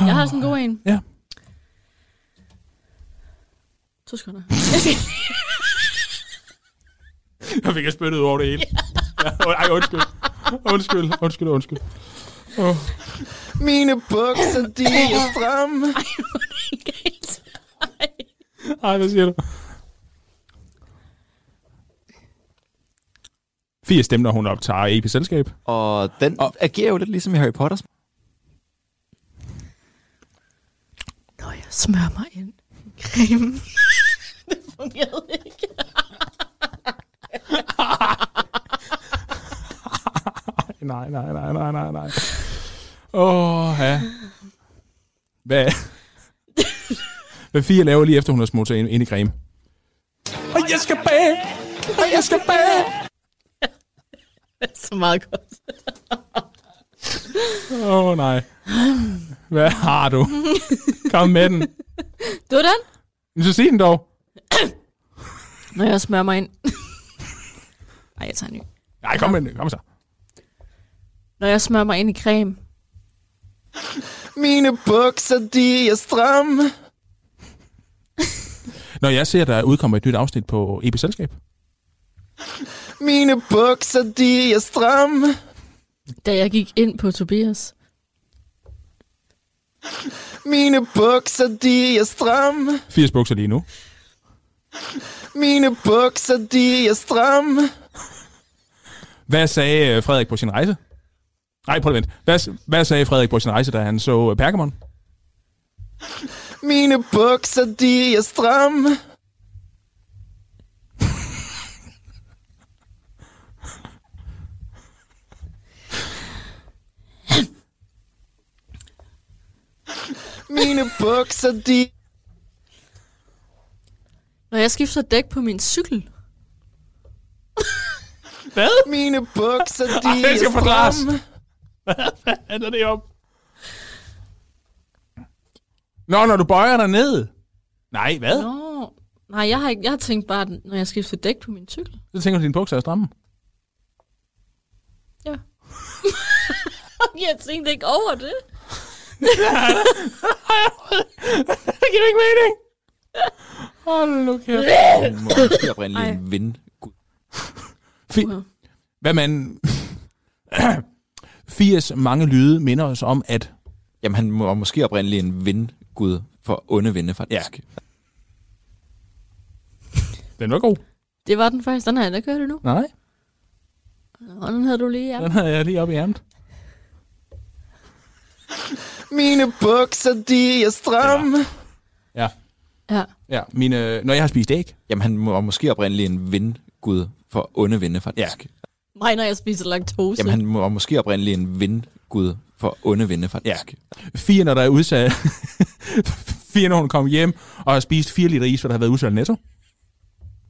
[SPEAKER 5] Jeg har sådan en god en.
[SPEAKER 4] Ja.
[SPEAKER 5] To sekunder.
[SPEAKER 4] Jeg fik jeg spyttet over det hele. Ja. Ej, undskyld. Undskyld, undskyld, undskyld.
[SPEAKER 6] Mine bukser, de er stramme.
[SPEAKER 4] Ej, hvad siger du? Fie stemmer, når hun optager EP Selskab.
[SPEAKER 6] Og den
[SPEAKER 4] Og-
[SPEAKER 6] og... agerer jo lidt ligesom i Harry Potter.
[SPEAKER 5] Nå, jeg smører mig ind. i Cremen. det fungerede ikke.
[SPEAKER 4] Nej, nej, nej, nej, nej, nej. Åh, oh, ja. Hvad? Hvad Fie laver lige efter, hun har smurt sig ind, ind i creme. Og jeg skal bage! Og jeg skal bage!
[SPEAKER 5] Det er så meget godt.
[SPEAKER 4] Åh, oh, nej. Hvad har du? Kom med den.
[SPEAKER 5] Det var den.
[SPEAKER 4] Men så sig den dog.
[SPEAKER 5] Når jeg smører mig ind. Ej, jeg tager en ny.
[SPEAKER 4] Nej, kom med den. Kom så.
[SPEAKER 5] Når jeg smører mig ind i creme.
[SPEAKER 6] Mine bukser, de er stramme.
[SPEAKER 4] Når jeg ser, der udkommer et nyt afsnit på EP Selskab.
[SPEAKER 6] Mine bukser, de er stramme.
[SPEAKER 5] Da jeg gik ind på Tobias.
[SPEAKER 6] Mine bukser, de er stramme.
[SPEAKER 4] 80 bukser lige nu.
[SPEAKER 6] Mine bukser, de er stramme.
[SPEAKER 4] Hvad sagde øh, Frederik på sin rejse? Nej, prøv at vent. Hvad, s- hvad sagde Frederik på sin rejse, da han så øh, Pergamon?
[SPEAKER 6] Mine bukser, de er stramme. Mine bukser, de...
[SPEAKER 5] Når jeg skifter dæk på min cykel.
[SPEAKER 4] Hvad?
[SPEAKER 6] Mine bukser, de
[SPEAKER 4] Ej, det
[SPEAKER 6] er
[SPEAKER 4] skal forklares.
[SPEAKER 6] stramme.
[SPEAKER 4] Handler det om? Nå, når du bøjer dig ned. Nej, hvad?
[SPEAKER 5] Nå. Nej, jeg har, ikke, jeg har tænkt bare, at når jeg skifter dæk på min cykel.
[SPEAKER 4] Så tænker du, dine bukser er stramme.
[SPEAKER 5] Ja. jeg tænkte ikke over det.
[SPEAKER 4] Det giver ikke mening. Hold nu kæft.
[SPEAKER 6] Det er oprindeligt en vind.
[SPEAKER 4] Fi- Hvad man... Fias mange lyde minder os om, at...
[SPEAKER 6] Jamen, han var måske oprindeligt en vindgud for onde vinde, faktisk. Ja.
[SPEAKER 4] Den var god.
[SPEAKER 5] Det var den faktisk. Den har jeg da kørt endnu.
[SPEAKER 4] Nej,
[SPEAKER 5] Nå, den havde du lige, ja.
[SPEAKER 4] den havde jeg lige op i ærmet.
[SPEAKER 6] Mine bukser, de er stramme.
[SPEAKER 4] Ja.
[SPEAKER 5] ja.
[SPEAKER 4] Ja, mine, når jeg har spist æg.
[SPEAKER 6] Jamen, han var måske oprindeligt en vindgud for onde vinde, faktisk. Ja.
[SPEAKER 5] Nej, når jeg spiser laktose.
[SPEAKER 6] Jamen, han var måske oprindeligt en vindgud for onde vinde, faktisk. Ja.
[SPEAKER 4] Fire, når der er udsat. fire, når hun kom hjem og har spist 4 liter is, for der har været udsat netto.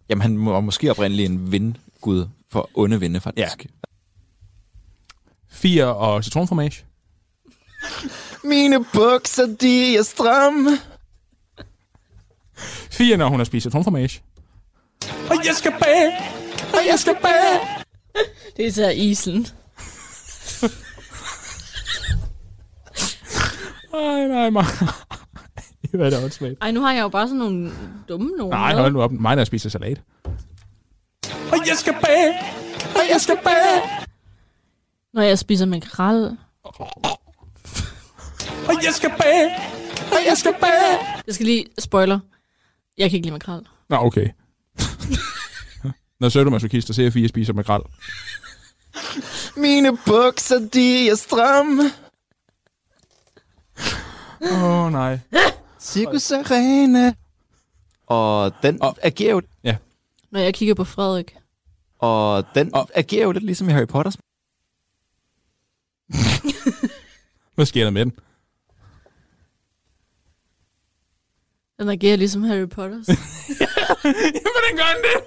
[SPEAKER 6] Jamen, han var måske oprindeligt en vindgud for onde vinde, faktisk. Ja.
[SPEAKER 4] Fire og citronformage.
[SPEAKER 6] Mine bukser, de er stramme.
[SPEAKER 4] Fire, når hun har spist citronformage. Og jeg skal bage! Og jeg skal bage!
[SPEAKER 5] Det er så isen.
[SPEAKER 4] Ej, nej, nej. Hvad er det åndssvagt?
[SPEAKER 5] Ej, nu har jeg jo bare sådan nogle dumme nogen.
[SPEAKER 4] Nej, hold nu op. Mig, der spiser salat.
[SPEAKER 1] Og jeg skal bage! Og jeg skal bage!
[SPEAKER 5] Når jeg spiser makrel.
[SPEAKER 1] Og jeg skal bage! Og jeg skal bage!
[SPEAKER 5] Jeg skal lige spoiler. Jeg kan ikke lide makrel.
[SPEAKER 4] Nå, okay. Når søvnmasochister ser fire spiser makrel.
[SPEAKER 6] Mine bukser, de er stramme.
[SPEAKER 4] Åh, oh, nej.
[SPEAKER 6] Cirkus Arena. Og den
[SPEAKER 4] Og-
[SPEAKER 6] og, agerer jo
[SPEAKER 5] Når jeg kigger på Frederik.
[SPEAKER 6] og den
[SPEAKER 4] Og-
[SPEAKER 6] og, agerer jo lidt ligesom i Harry Potter.
[SPEAKER 4] Hvad sker der med den?
[SPEAKER 5] Den agerer ligesom Harry Potter.
[SPEAKER 4] Hvordan gør den det?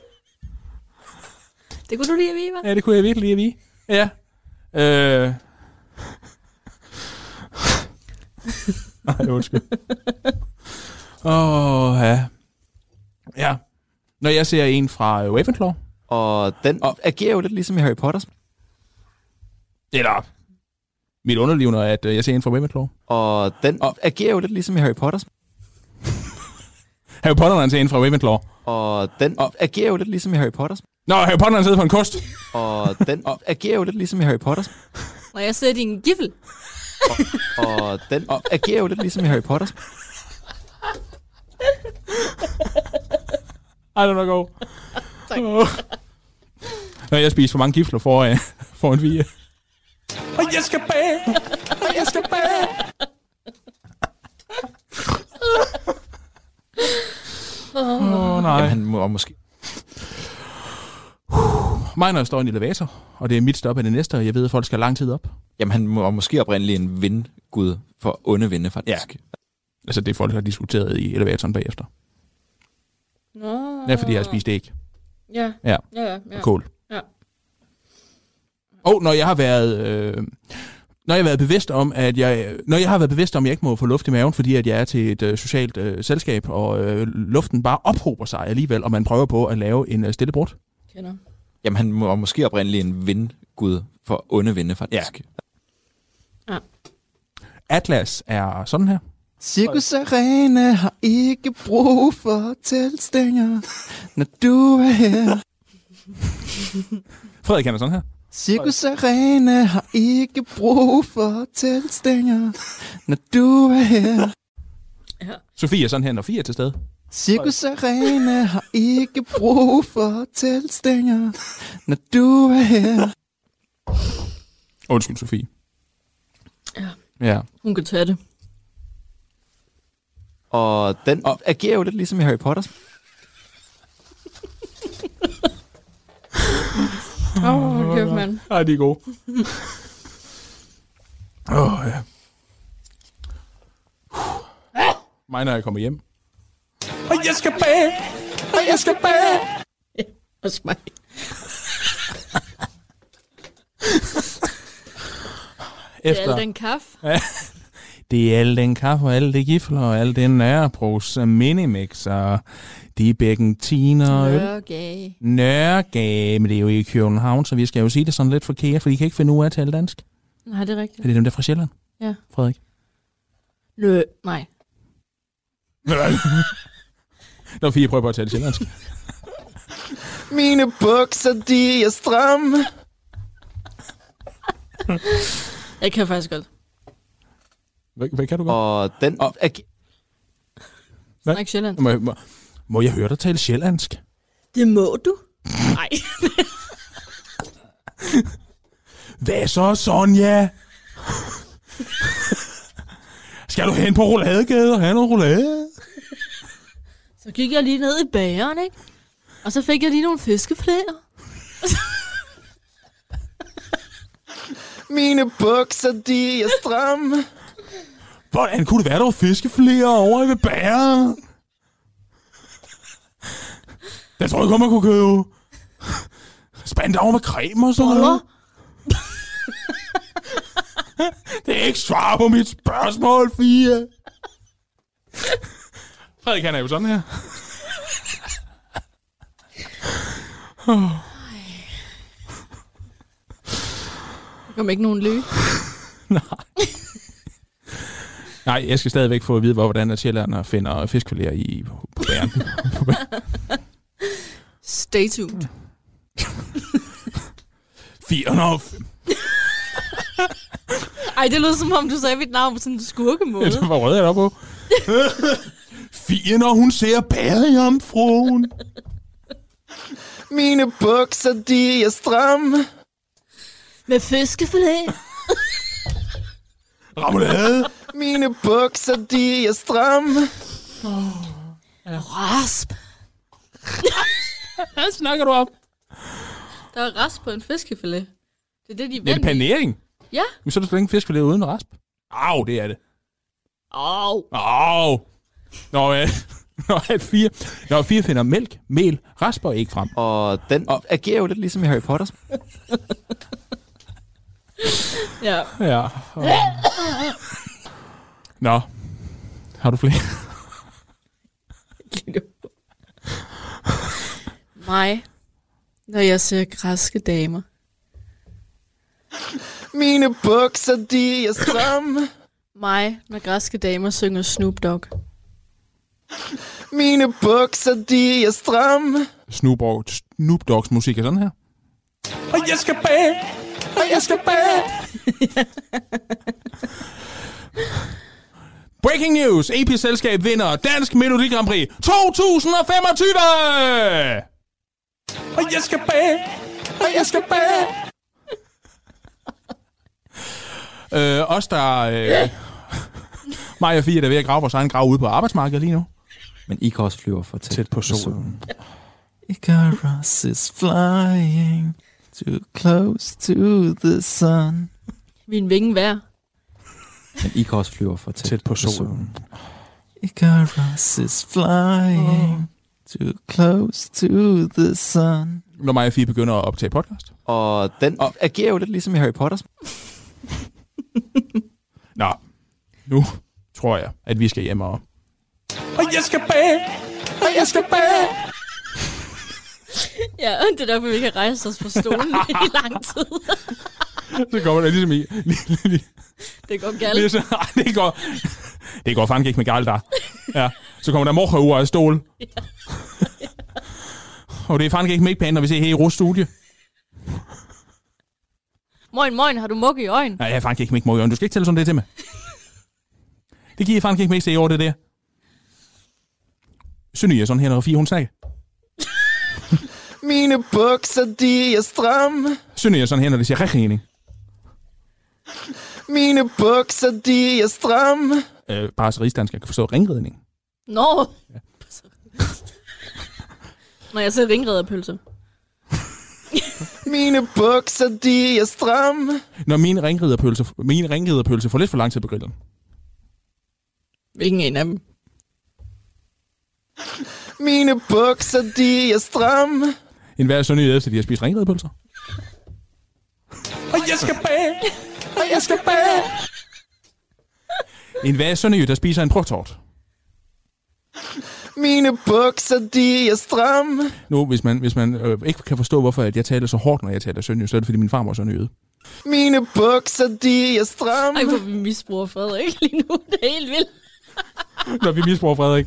[SPEAKER 5] Det kunne du lige vide, hva'?
[SPEAKER 4] Ja, det kunne jeg virkelig lige vide. Ja. Øh. Nej, undskyld. Åh, oh, ja. Ja. Når jeg ser en fra øh, Ravenclaw.
[SPEAKER 6] Og den
[SPEAKER 4] Og-
[SPEAKER 6] og, agerer jo lidt ligesom i Harry Potter.
[SPEAKER 4] Det er da op. Mit underliv, når at, øh, jeg ser en fra Ravenclaw.
[SPEAKER 6] Og den
[SPEAKER 4] Og-
[SPEAKER 6] og, agerer jo lidt ligesom i Harry Potter.
[SPEAKER 4] Harry Potter, når han ser en fra Ravenclaw.
[SPEAKER 6] Og den
[SPEAKER 4] Og-
[SPEAKER 6] og, agerer jo lidt ligesom i Harry Potter.
[SPEAKER 4] Nå, Harry Potter, han sidder på en kost.
[SPEAKER 6] Og den og, agerer jo lidt ligesom i Harry Potter.
[SPEAKER 5] Når jeg ser din giffel.
[SPEAKER 6] Og den og, agerer jo lidt ligesom i Harry Potter.
[SPEAKER 4] Ej, den var god. tak. Når jeg spiser for mange gifler for, øh, for en vige.
[SPEAKER 1] Og jeg skal bage! Og jeg skal bage!
[SPEAKER 4] Åh, oh, nej.
[SPEAKER 6] Jamen, han må og måske...
[SPEAKER 4] Mig, når jeg står i en elevator, og det er mit stop af det næste, og jeg ved, at folk skal lang tid op.
[SPEAKER 6] Jamen, han må og måske oprindeligt en vindgud for onde vinde, faktisk. Ja.
[SPEAKER 4] Altså, det er folk, der har diskuteret i elevatoren bagefter.
[SPEAKER 5] Nå.
[SPEAKER 4] Det er, fordi jeg har spist æg
[SPEAKER 5] Ja.
[SPEAKER 4] Ja.
[SPEAKER 5] Ja, ja, ja.
[SPEAKER 4] og kål.
[SPEAKER 5] Ja.
[SPEAKER 4] Og når jeg har været... Øh, når jeg har været bevidst om, at jeg, når jeg har været bevidst om, at jeg ikke må få luft i maven, fordi at jeg er til et øh, socialt øh, selskab, og øh, luften bare ophober sig alligevel, og man prøver på at lave en øh, stille brud.
[SPEAKER 5] Kender.
[SPEAKER 6] Jamen, han må og måske oprindeligt en vindgud for onde vinde, faktisk. Ja.
[SPEAKER 4] Atlas er sådan her.
[SPEAKER 6] Cirkus Arena har ikke brug for tilstænger, når du er her.
[SPEAKER 4] Frederik han er sådan her.
[SPEAKER 6] Cirkus Arena har ikke brug for tilstænger, når du er her.
[SPEAKER 4] Sofie er sådan her, når Fie er til stede.
[SPEAKER 6] Cirkus Arena har ikke brug for tilstænger, når du er her.
[SPEAKER 4] Undskyld, Sofie.
[SPEAKER 5] Ja.
[SPEAKER 4] Ja.
[SPEAKER 5] Hun kan tage det.
[SPEAKER 6] Og den
[SPEAKER 4] Og-
[SPEAKER 6] agerer jo lidt ligesom i Harry Potter.
[SPEAKER 5] Åh, oh, oh, kæft, mand.
[SPEAKER 4] Ej, de er gode. Åh, oh, ja. Mig, når jeg kommer hjem.
[SPEAKER 1] Og jeg skal bage! Og jeg skal bage!
[SPEAKER 5] Også mig. Det er
[SPEAKER 4] Efter,
[SPEAKER 5] al den kaffe.
[SPEAKER 4] det er al den kaffe og alle det gifler og alle den nørrebros og minimix og de bækkentiner og øl.
[SPEAKER 5] Mørke.
[SPEAKER 4] Nørregade, men det er jo i København, så vi skal jo sige det sådan lidt forkert, for de kan ikke finde ud af at tale dansk.
[SPEAKER 5] Nej, det er rigtigt.
[SPEAKER 4] Er det dem der er fra Sjælland?
[SPEAKER 5] Ja.
[SPEAKER 4] Frederik.
[SPEAKER 5] Nø. Nej.
[SPEAKER 4] Nå, Fie prøver bare at tale sjællandsk.
[SPEAKER 6] Mine bukser, de er stramme.
[SPEAKER 5] Jeg kan faktisk godt.
[SPEAKER 4] Hvad, hvad kan du godt?
[SPEAKER 6] Og den
[SPEAKER 4] Og-
[SPEAKER 6] agerer...
[SPEAKER 4] Hvad?
[SPEAKER 5] Snak Sjælland.
[SPEAKER 4] Må, jeg- må, må jeg høre dig tale sjællandsk?
[SPEAKER 5] Det må du. Nej.
[SPEAKER 4] Hvad så, Sonja? Skal du hen på rouladegade og have noget roulade?
[SPEAKER 5] Så gik jeg lige ned i bageren, ikke? Og så fik jeg lige nogle fiskeflæger.
[SPEAKER 6] Mine bukser, de er stramme.
[SPEAKER 4] Hvordan kunne det være, der var fiskeflæer over i ved bæren? Jeg tror ikke, man kunne købe spandauer med creme og sådan
[SPEAKER 5] Boller.
[SPEAKER 4] noget. Det er ikke svar på mit spørgsmål, Fie. Frederik, han er jo sådan her.
[SPEAKER 5] Der kom ikke nogen løg.
[SPEAKER 4] Nej, jeg skal stadigvæk få at vide, hvor- hvordan Sjælland finder fiskfiléer i på bæren.
[SPEAKER 5] Stay tuned.
[SPEAKER 4] 400.
[SPEAKER 5] Ej, det lød som om, du sagde mit navn på sådan en skurkemåde.
[SPEAKER 4] Det var rød jeg der på. 400, hun ser badejomfruen.
[SPEAKER 6] Mine bukser, de er stramme.
[SPEAKER 5] Med fiskefilet.
[SPEAKER 4] Rammelade.
[SPEAKER 6] Mine bukser, de er stramme.
[SPEAKER 5] Rasp.
[SPEAKER 4] Hvad snakker du om?
[SPEAKER 5] Der er rasp på en fiskefilet. Det er det, de
[SPEAKER 4] Ja, det er
[SPEAKER 5] vant i.
[SPEAKER 4] panering.
[SPEAKER 5] Ja.
[SPEAKER 4] Men så er det slet ikke fiskfilet uden rasp. Au, det er det.
[SPEAKER 5] Au.
[SPEAKER 4] Au. Når, øh, når, at fire, når fire finder mælk, mel, rasp og æg frem.
[SPEAKER 6] Og den
[SPEAKER 4] Og-
[SPEAKER 6] agerer jo lidt ligesom i Harry Potter.
[SPEAKER 5] Ja.
[SPEAKER 4] Ja. Og... Nå. Har du flere?
[SPEAKER 5] Mig, når jeg ser græske damer.
[SPEAKER 6] Mine bukser, de er stramme.
[SPEAKER 5] Mig, når græske damer synger Snoop Dogg.
[SPEAKER 6] Mine bukser, de er stramme.
[SPEAKER 4] Snoop, Dogg- Snoop Dogs musik er sådan her.
[SPEAKER 1] Og jeg skal bage. Og jeg skal bage.
[SPEAKER 4] Breaking news! EP-selskab vinder Dansk Melodi Grand Prix 2025!
[SPEAKER 1] Og jeg skal bage. Og jeg skal bage.
[SPEAKER 4] Øh, os der... Øh, mig og Fie, der er ved at grave vores egen grav ude på arbejdsmarkedet lige nu.
[SPEAKER 6] Men Icarus flyver for tæt,
[SPEAKER 4] Tæt på solen.
[SPEAKER 6] Icarus is flying too close to the sun.
[SPEAKER 5] Vi er en vinge hver.
[SPEAKER 6] Men Icarus flyver for tæt,
[SPEAKER 4] Tæt på solen.
[SPEAKER 6] Icarus is flying too close to the sun.
[SPEAKER 4] Når mig og Fie begynder at optage podcast.
[SPEAKER 6] Og den
[SPEAKER 4] Og-
[SPEAKER 6] agerer jo lidt ligesom i Harry Potter.
[SPEAKER 4] Nå, nu tror jeg, at vi skal hjem og...
[SPEAKER 1] Og jeg skal bage. Og jeg skal bage.
[SPEAKER 5] Ja, det er derfor, vi kan rejse os på stolen i lang tid.
[SPEAKER 4] Så kommer der ligesom i...
[SPEAKER 5] Det går galt.
[SPEAKER 4] Lige så, Ej, det går... Det går fandme ikke med galt der. Ja. Så kommer der morger ud af stol. Og det er fandme ikke make pænt, når vi ser her i Rus studie.
[SPEAKER 5] Moin, moin, har du mugge i øjen?
[SPEAKER 4] Nej, jeg har fandme ikke make Du skal ikke tælle sådan det til mig. Det giver jeg fandme ikke make se i år, det der. Synes jeg sådan her, når fire hun snakker?
[SPEAKER 6] Mine bukser, de er stramme.
[SPEAKER 4] Synes jeg sådan her, når det siger regning?
[SPEAKER 6] Mine bukser, de er stramme.
[SPEAKER 4] Øh, bare så rigsdanskere kan forstå ringredning.
[SPEAKER 5] Nå. Når jeg ser ringredderpølse.
[SPEAKER 6] Mine bukser, de er stramme.
[SPEAKER 4] Når min ringriderpølse, min ringriderpølse får lidt for lang tid på grillen.
[SPEAKER 5] Hvilken en af dem?
[SPEAKER 6] Mine bukser, de er stramme.
[SPEAKER 4] En hver søndag efter, de har spist ringriderpølser.
[SPEAKER 1] Og jeg skal bage. Og jeg skal bage.
[SPEAKER 4] En hver søndag, der spiser en brugtort.
[SPEAKER 6] Mine bukser, de er stramme.
[SPEAKER 4] Nu, hvis man, hvis man øh, ikke kan forstå, hvorfor at jeg taler så hårdt, når jeg taler sønderjysk, så er det, fordi min farmor er sønderjyde.
[SPEAKER 6] Mine bukser, de er
[SPEAKER 5] Ej,
[SPEAKER 6] stramme.
[SPEAKER 5] hvor vi misbruger Frederik lige nu. Det er helt vildt.
[SPEAKER 4] Når vi misbruger Frederik.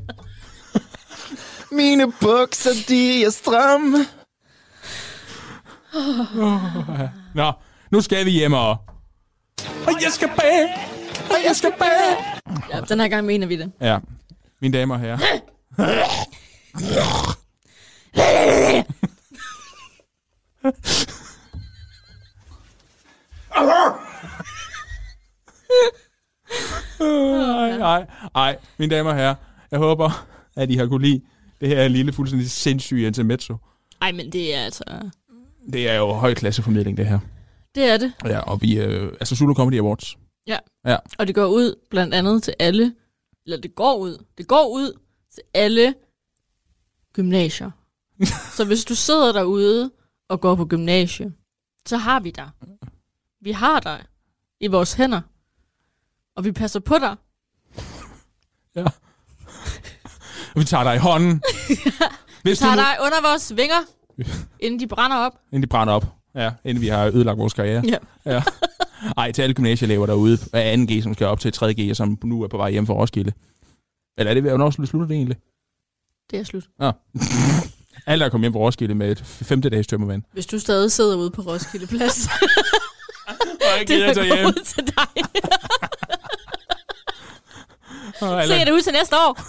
[SPEAKER 6] Mine bukser, de er stramme.
[SPEAKER 4] Nå, nu skal vi hjem og...
[SPEAKER 1] Og jeg skal bage. Og jeg skal bage.
[SPEAKER 5] Ja, den her gang mener vi det.
[SPEAKER 4] Ja, mine damer og herrer. Nej, nej, nej, mine damer og herrer. Jeg håber, at I har kunne lide det her lille, fuldstændig sindssyge intermezzo.
[SPEAKER 5] Ej, men det er altså...
[SPEAKER 4] Det er jo høj klasseformidling, det her.
[SPEAKER 5] Det er det.
[SPEAKER 4] Ja, og vi... Øh, altså, Zulu Comedy Awards.
[SPEAKER 5] Og det går ud blandt andet til alle... Eller det går ud. Det går ud til alle gymnasier. så hvis du sidder derude og går på gymnasie, så har vi dig. Vi har dig i vores hænder. Og vi passer på dig.
[SPEAKER 4] Ja. vi tager dig i hånden. Hvis
[SPEAKER 5] Tager
[SPEAKER 4] du nu-
[SPEAKER 5] dig under vores vinger, inden de brænder op.
[SPEAKER 4] Inden de brænder op. Ja, inden vi har ødelagt vores karriere.
[SPEAKER 5] Ja.
[SPEAKER 4] ja. Ej, til alle gymnasieelever derude af 2G, som skal op til 3G, og som nu er på vej hjem fra Roskilde. Eller er det ved, hvornår slut- slutter det egentlig?
[SPEAKER 5] Det er slut.
[SPEAKER 4] Nå. Alle, der kom hjem fra Roskilde med et femte dages tømmervand.
[SPEAKER 5] Hvis du stadig sidder ude på Roskilde Plads, det
[SPEAKER 4] Det
[SPEAKER 5] er
[SPEAKER 4] er hjem.
[SPEAKER 5] ud til dig.
[SPEAKER 4] Og
[SPEAKER 5] Se
[SPEAKER 4] alle-
[SPEAKER 5] det ud til næste år.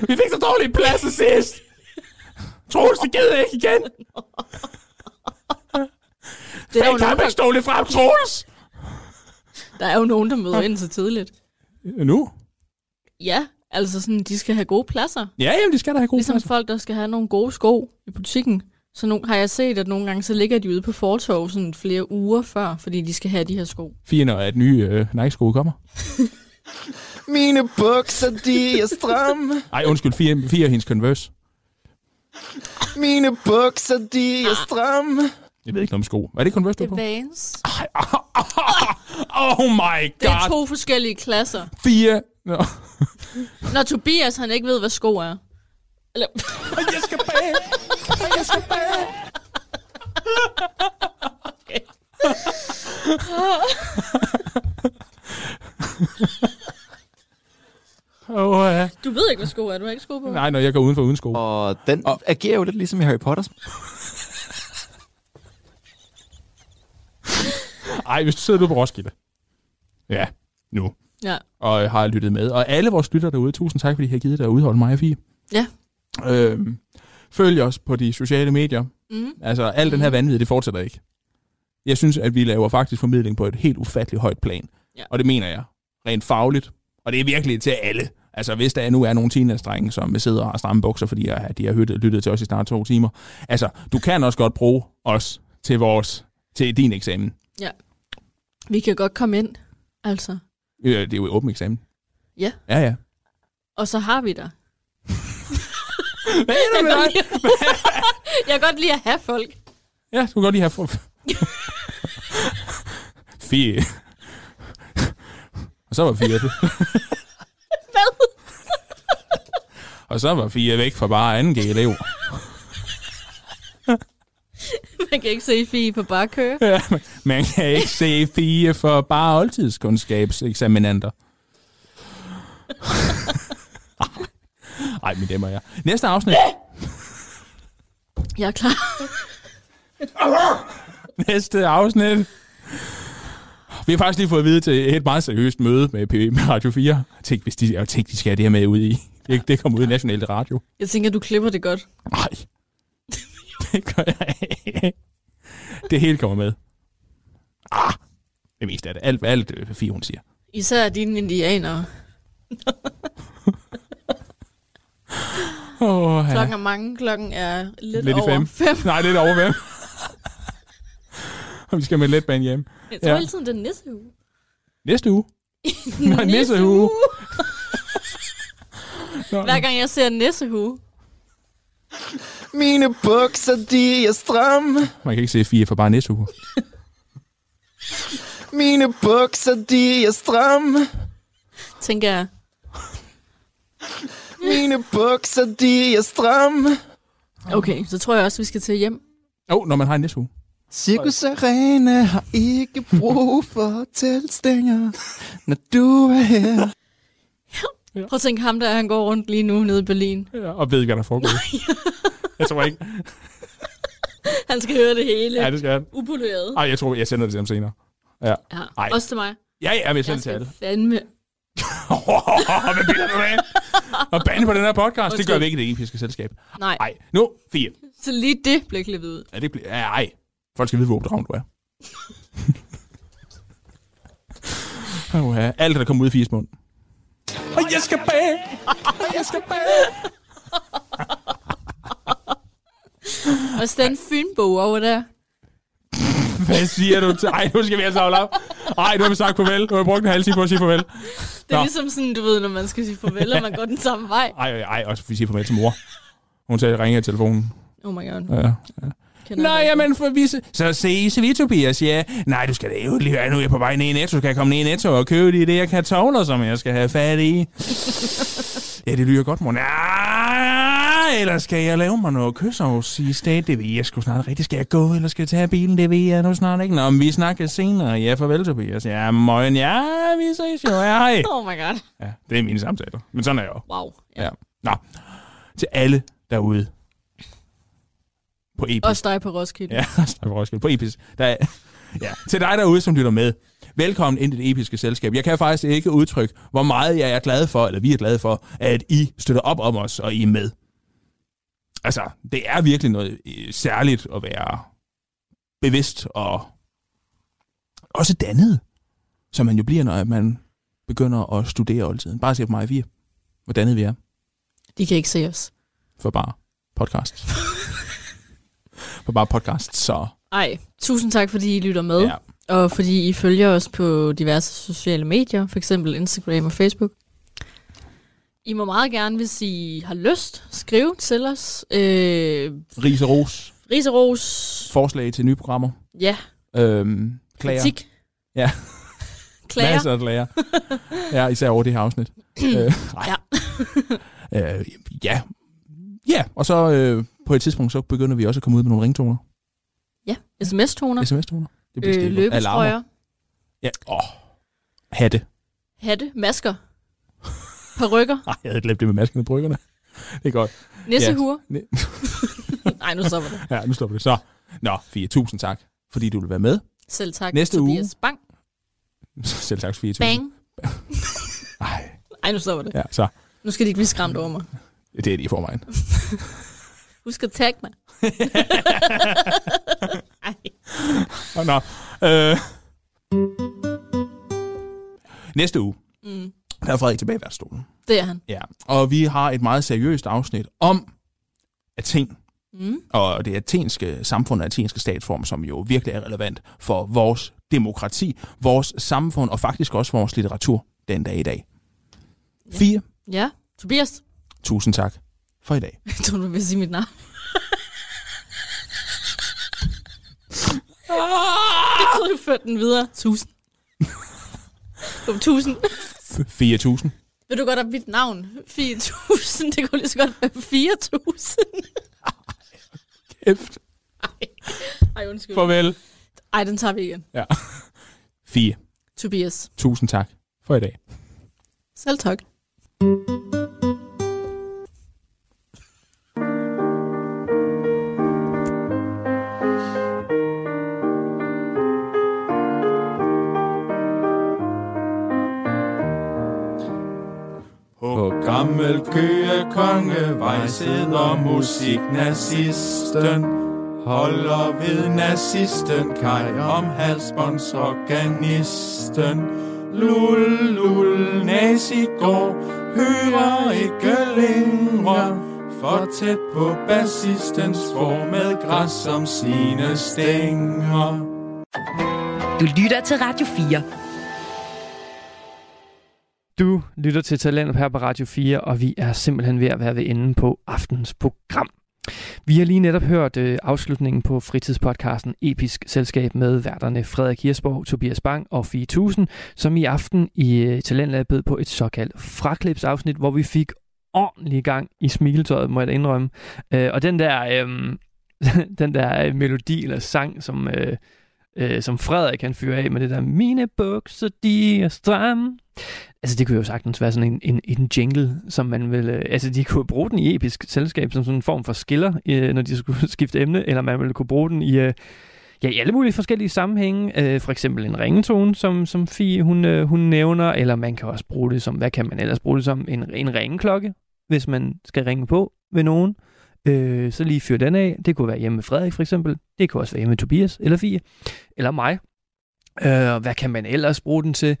[SPEAKER 4] Vi fik så dårlig plads til sidst. Troels, det gider jeg ikke igen.
[SPEAKER 5] Det er jo nogen, der,
[SPEAKER 4] stole frem, Troels.
[SPEAKER 5] der er jo nogen, der møder ind så tidligt.
[SPEAKER 4] Øh, Nu?
[SPEAKER 5] Ja, altså sådan, de skal have gode pladser.
[SPEAKER 4] Ja, jamen, de skal da have gode
[SPEAKER 5] Ligesom
[SPEAKER 4] pladser.
[SPEAKER 5] folk, der skal have nogle gode sko i butikken. Så nogle, har jeg set, at nogle gange så ligger de ude på fortov sådan flere uger før, fordi de skal have de her sko.
[SPEAKER 4] Fire, når at nye øh, Nike-sko kommer.
[SPEAKER 6] Mine bukser, de er stramme.
[SPEAKER 4] Ej, undskyld, fire, fire hendes Converse.
[SPEAKER 6] Mine bukser, de er stramme.
[SPEAKER 4] Jeg ved ikke noget om sko. Var det Converse, du
[SPEAKER 5] Det
[SPEAKER 4] var
[SPEAKER 5] er
[SPEAKER 4] på?
[SPEAKER 5] Vans.
[SPEAKER 4] Oh my
[SPEAKER 5] Det
[SPEAKER 4] god.
[SPEAKER 5] er to forskellige klasser.
[SPEAKER 4] Fire. Nå.
[SPEAKER 5] Når Tobias, han ikke ved, hvad sko er. Eller,
[SPEAKER 1] Jeg skal bage. Jeg skal bage.
[SPEAKER 4] Oh, ja.
[SPEAKER 5] du ved ikke, hvad sko er. Du har ikke sko på.
[SPEAKER 4] Nej, når jeg går udenfor uden sko.
[SPEAKER 6] Og den
[SPEAKER 4] Og-
[SPEAKER 6] agerer jo lidt ligesom i Harry Potter.
[SPEAKER 4] Ej, hvis du sidder ude på Roskilde. Ja, nu.
[SPEAKER 5] Ja.
[SPEAKER 4] Og øh, har lyttet med. Og alle vores lytter derude, tusind tak, fordi I har givet dig at udholde mig og Fie.
[SPEAKER 5] Ja.
[SPEAKER 4] Øhm, følg os på de sociale medier.
[SPEAKER 5] Mm.
[SPEAKER 4] Altså, al den her vanvid, det fortsætter ikke. Jeg synes, at vi laver faktisk formidling på et helt ufatteligt højt plan.
[SPEAKER 5] Ja.
[SPEAKER 4] Og det mener jeg. Rent fagligt. Og det er virkelig til alle. Altså, hvis der nu er nogle teenage-drenge, som sidder og har stramme bukser, fordi øh, de har hørt- lyttet til os i snart to timer. Altså, du kan også godt bruge os til vores til din eksamen.
[SPEAKER 5] Vi kan godt komme ind, altså.
[SPEAKER 4] Øh, Det er jo åben eksamen.
[SPEAKER 5] Ja.
[SPEAKER 4] Ja, ja.
[SPEAKER 5] Og så har vi dig.
[SPEAKER 4] Hvad er det
[SPEAKER 5] Jeg
[SPEAKER 4] med
[SPEAKER 5] kan,
[SPEAKER 4] dig?
[SPEAKER 5] godt lide, jeg kan godt lide at have folk.
[SPEAKER 4] Ja, du kan godt lige have... For... Fie. Og så var Fie...
[SPEAKER 5] Hvad?
[SPEAKER 4] Og så var Fie væk fra bare anden G-elev.
[SPEAKER 5] Man kan ikke se Fie på bare køre.
[SPEAKER 4] Man kan ikke se Fie for bare oldtidskundskabseksaminanter. Ej, min demmer jeg. Næste afsnit,
[SPEAKER 5] Jeg er klar.
[SPEAKER 4] næste afsnit. Vi har faktisk lige fået at vide til et meget seriøst møde med, P- med Radio 4. Tænk, hvis de, jeg tænkte, de skal have det her med ud i. Det, det kommer ud i nationale radio.
[SPEAKER 5] Jeg tænker, du klipper det godt.
[SPEAKER 4] Nej. Det gør jeg ikke. Det hele kommer med. Ah, det meste af det. Alt, alt øh, Fie, hun siger.
[SPEAKER 5] Især dine indianere.
[SPEAKER 4] Oh, ja.
[SPEAKER 5] Klokken er mange. Klokken er lidt,
[SPEAKER 4] Lidt
[SPEAKER 5] lidt
[SPEAKER 4] i
[SPEAKER 5] over
[SPEAKER 4] fem.
[SPEAKER 5] fem. fem.
[SPEAKER 4] Nej, lidt over hvem? Og vi skal med letbane hjem.
[SPEAKER 5] Jeg tror
[SPEAKER 4] Ja.
[SPEAKER 5] ja. hele tiden, det er nisseuge.
[SPEAKER 4] Næste uge. Nå, nisseuge.
[SPEAKER 5] Nisseuge.
[SPEAKER 4] Nå,
[SPEAKER 5] Hver gang jeg ser nissehue.
[SPEAKER 6] Mine bukser, de er stramme.
[SPEAKER 4] Man kan ikke se fire for bare næste uge.
[SPEAKER 6] Mine bukser, de er stramme.
[SPEAKER 5] Tænker jeg,
[SPEAKER 6] Mine bukser, de er stramme.
[SPEAKER 5] okay, så tror jeg også, vi skal til hjem.
[SPEAKER 4] Åh, oh, når man har en næste uge.
[SPEAKER 6] Cirkus Arena har ikke brug for teltstænger, når du er her.
[SPEAKER 5] Prøv at tænke ham der, han går rundt lige nu nede i Berlin.
[SPEAKER 4] Ja, og ved ikke, hvad der foregår. jeg tror ikke.
[SPEAKER 5] Han skal høre det hele.
[SPEAKER 4] Ja, det skal han.
[SPEAKER 5] Upoleret.
[SPEAKER 4] Ej, jeg tror, jeg sender det til ham senere. Ja,
[SPEAKER 5] Ja.
[SPEAKER 4] Ej.
[SPEAKER 5] Også til mig.
[SPEAKER 4] ja, ja men jeg sender
[SPEAKER 5] Jeg
[SPEAKER 4] det til alle.
[SPEAKER 5] skal fandme...
[SPEAKER 4] Hvad bilder du af? Og bande på den her podcast, det gør vi ikke i det episke selskab.
[SPEAKER 5] Nej,
[SPEAKER 4] Ej, nu, fire.
[SPEAKER 5] så lige det blev klippet ud.
[SPEAKER 4] Ja, det bliver... Ja, ej. Folk skal vide, hvor opdragen du er. oh, ja. Alt, der kommer ud i firs mund.
[SPEAKER 1] Og jeg skal bage. Og jeg skal bage.
[SPEAKER 5] Og den fynbo over der.
[SPEAKER 4] Hvad siger du til... Ej, nu skal vi altså holde op. Ej, nu har vi sagt farvel. Nu har vi brugt en halv time på at sige farvel.
[SPEAKER 5] Det er
[SPEAKER 4] Nå.
[SPEAKER 5] ligesom sådan, du ved, når man skal sige farvel, og man går den samme vej.
[SPEAKER 4] Ej, ej, ej. Også vi siger farvel til mor. Hun sagde, ringe i telefonen.
[SPEAKER 5] Oh my god.
[SPEAKER 4] Ja.
[SPEAKER 5] Kender
[SPEAKER 4] Nej,
[SPEAKER 5] jeg dig.
[SPEAKER 4] jamen, for vi... se- Så ses vi, Tobias, ja. Nej, du skal da jo lige høre, nu er jeg på vej ned i Netto. Skal jeg komme ned i Netto og købe de der kartofler, som jeg skal have fat i? ja, det lyder godt, mor. Nej, eller skal jeg lave mig noget kysovs i stedet? Det ved jeg sgu snart rigtigt. Skal jeg gå, eller skal jeg tage bilen? Det ved jeg nu snart ikke. Nå, men vi snakkes senere. Ja, farvel, Tobias. Ja, morgen. Ja, vi ses jo. Ja, hej.
[SPEAKER 5] Oh my god.
[SPEAKER 4] Ja, det er mine samtaler. Men sådan er jeg jo.
[SPEAKER 5] Wow.
[SPEAKER 4] Ja. Nå, til alle derude. På E Epis.
[SPEAKER 5] Også dig på Roskilde.
[SPEAKER 4] Ja, tak for Roskilde. På Epis. Der er, ja. Til dig derude, som lytter med. Velkommen ind i det episke selskab. Jeg kan faktisk ikke udtrykke, hvor meget jeg er glad for, eller vi er glade for, at I støtter op om os, og I er med. Altså, det er virkelig noget øh, særligt at være bevidst og også dannet, som man jo bliver, når man begynder at studere oldtiden. Bare se på mig og vi, hvor dannet vi er
[SPEAKER 5] De kan ikke se os.
[SPEAKER 4] for bare podcasts. for bare podcasts, så...
[SPEAKER 5] Ej, tusind tak, fordi I lytter med.
[SPEAKER 4] Ja.
[SPEAKER 5] Og fordi I følger os på diverse sociale medier, for eksempel Instagram og Facebook. I må meget gerne, hvis I har lyst, skrive til os. Øh,
[SPEAKER 4] Ris og ros.
[SPEAKER 5] ris og ros.
[SPEAKER 4] Forslag til nye programmer.
[SPEAKER 5] Ja,
[SPEAKER 4] Øhm, klager.
[SPEAKER 5] kritik.
[SPEAKER 4] Ja.
[SPEAKER 5] Klager.
[SPEAKER 4] Masser af klager. ja, især over det her afsnit. øh,
[SPEAKER 5] Ja.
[SPEAKER 4] ja. øh, ja. Ja, og så øh, på et tidspunkt, så begynder vi også at komme ud med nogle ringtoner.
[SPEAKER 5] Ja, sms-toner.
[SPEAKER 4] SMS-toner. Det
[SPEAKER 5] Øh,
[SPEAKER 4] skide godt. Alarmer.
[SPEAKER 5] løbetrøjer.
[SPEAKER 4] Ja. Åh. Hatte.
[SPEAKER 5] Hatte. Masker. Parrykker.
[SPEAKER 4] Ej, jeg havde glemt det med masken og bryggerne. Det er godt.
[SPEAKER 5] Nissehure.
[SPEAKER 4] Ne-
[SPEAKER 5] Nej, nu stopper det.
[SPEAKER 4] Ja, nu stopper det. Så. Nå, Fie, tusind tak, fordi du vil være med.
[SPEAKER 5] Selv tak,
[SPEAKER 4] Næste uge.
[SPEAKER 5] Tobias. Bang.
[SPEAKER 4] Selv tak, Fie. tusind-
[SPEAKER 5] Bang.
[SPEAKER 4] Ej,
[SPEAKER 5] Ej, nu stopper det.
[SPEAKER 4] ja, så.
[SPEAKER 5] Nu skal de ikke blive skræmt over mig.
[SPEAKER 4] Det er det i forvejen.
[SPEAKER 5] Husk at tagge mig. Ej.
[SPEAKER 4] Oh, nå. Øh. Næste uge,
[SPEAKER 5] Mm,
[SPEAKER 4] der er Frederik tilbage i værtsstolen.
[SPEAKER 5] det er han.
[SPEAKER 4] Ja. Og vi har et meget seriøst afsnit om Athen.
[SPEAKER 5] Mm.
[SPEAKER 4] Og det athenske samfund og athenske statsform, som jo virkelig er relevant for vores demokrati, vores samfund og faktisk også vores litteratur den dag i dag.
[SPEAKER 5] Ja.
[SPEAKER 4] Fire.
[SPEAKER 5] Ja, Tobias.
[SPEAKER 4] Tusind tak for i dag.
[SPEAKER 5] Jeg tror, du vil sige mit navn. Jeg troede, du førte den videre. Tusind. Kom, tusind.
[SPEAKER 4] 4.000.
[SPEAKER 5] Vil du godt have mit navn? 4.000. Det kunne lige så godt være
[SPEAKER 4] Kæft.
[SPEAKER 5] 4.000. Ej, undskyld.
[SPEAKER 4] Farvel.
[SPEAKER 5] Ej, den tager vi igen.
[SPEAKER 4] Ja. Fire.
[SPEAKER 5] Tobias.
[SPEAKER 4] Tusind tak for i dag.
[SPEAKER 5] Selv tak.
[SPEAKER 6] På gammel køge kongevej sidder musiknazisten Holder ved nazisten Kaj om halsbåndsorganisten Lul, lul, nazi går Hører ikke længere For tæt på bassistens får med græs som sine stænger
[SPEAKER 2] Du lytter til Radio 4.
[SPEAKER 3] Du lytter til Talentet her på Radio 4, og vi er simpelthen ved at være ved enden på aftens program. Vi har lige netop hørt øh, afslutningen på fritidspodcasten Episk Selskab med værterne Frederik Hirsborg, Tobias Bang og Fie Tusen, som i aften i øh, Talentlab bød på et såkaldt fraklipsafsnit, hvor vi fik ordentlig gang i smiletøjet, må jeg da indrømme. Øh, og den der, øh, den der øh, melodi eller sang, som, øh, øh, som Frederik han fyrer af med det der Mine bukser, de er stramme, Altså, det kunne jo sagtens være sådan en, en, en jingle, som man ville... Altså, de kunne bruge den i episk selskab som sådan en form for skiller, øh, når de skulle skifte emne, eller man ville kunne bruge den i... Øh, ja, i alle mulige forskellige sammenhænge. Øh, for eksempel en ringetone, som, som Fie, hun, øh, hun nævner, eller man kan også bruge det som... Hvad kan man ellers bruge det som? En, en ringeklokke, hvis man skal ringe på ved nogen. Øh, så lige fyr den af. Det kunne være hjemme med Frederik, for eksempel. Det kunne også være hjemme med Tobias, eller Fie, eller mig. Øh, hvad kan man ellers bruge den til?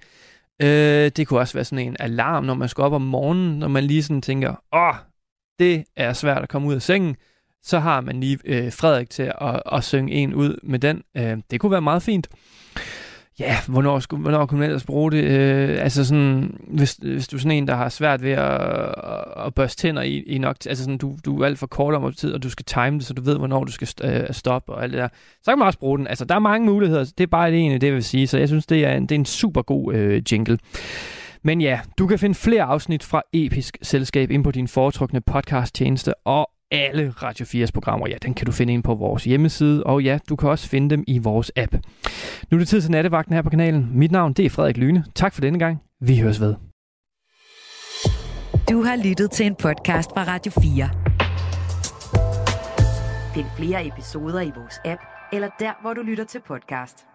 [SPEAKER 3] Øh, det kunne også være sådan en alarm, når man skal op om morgenen, når man lige sådan tænker, åh, det er svært at komme ud af sengen, så har man lige øh, Frederik til at, at synge en ud med den. Øh, det kunne være meget fint. Ja, hvornår, skulle, hvornår kunne man ellers bruge det? Øh, altså sådan, hvis, hvis du er sådan en, der har svært ved at, at børste tænder i, i nok, altså sådan, du, du er alt for kort om tid, og du skal time det, så du ved, hvornår du skal st- øh, stoppe og alt det der så kan man også bruge den. Altså, der er mange muligheder. Det er bare det ene, det jeg vil sige. Så jeg synes, det er en, det er en super god øh, jingle. Men ja, du kan finde flere afsnit fra Episk Selskab ind på din foretrukne podcasttjeneste, og alle Radio 4's programmer. Ja, den kan du finde ind på vores hjemmeside, og ja, du kan også finde dem i vores app. Nu er det tid til nattevagten her på kanalen. Mit navn det er Frederik Lyne. Tak for denne gang. Vi høres ved.
[SPEAKER 2] Du har lyttet til en podcast fra Radio 4. Find flere episoder i vores app, eller der, hvor du lytter til podcast.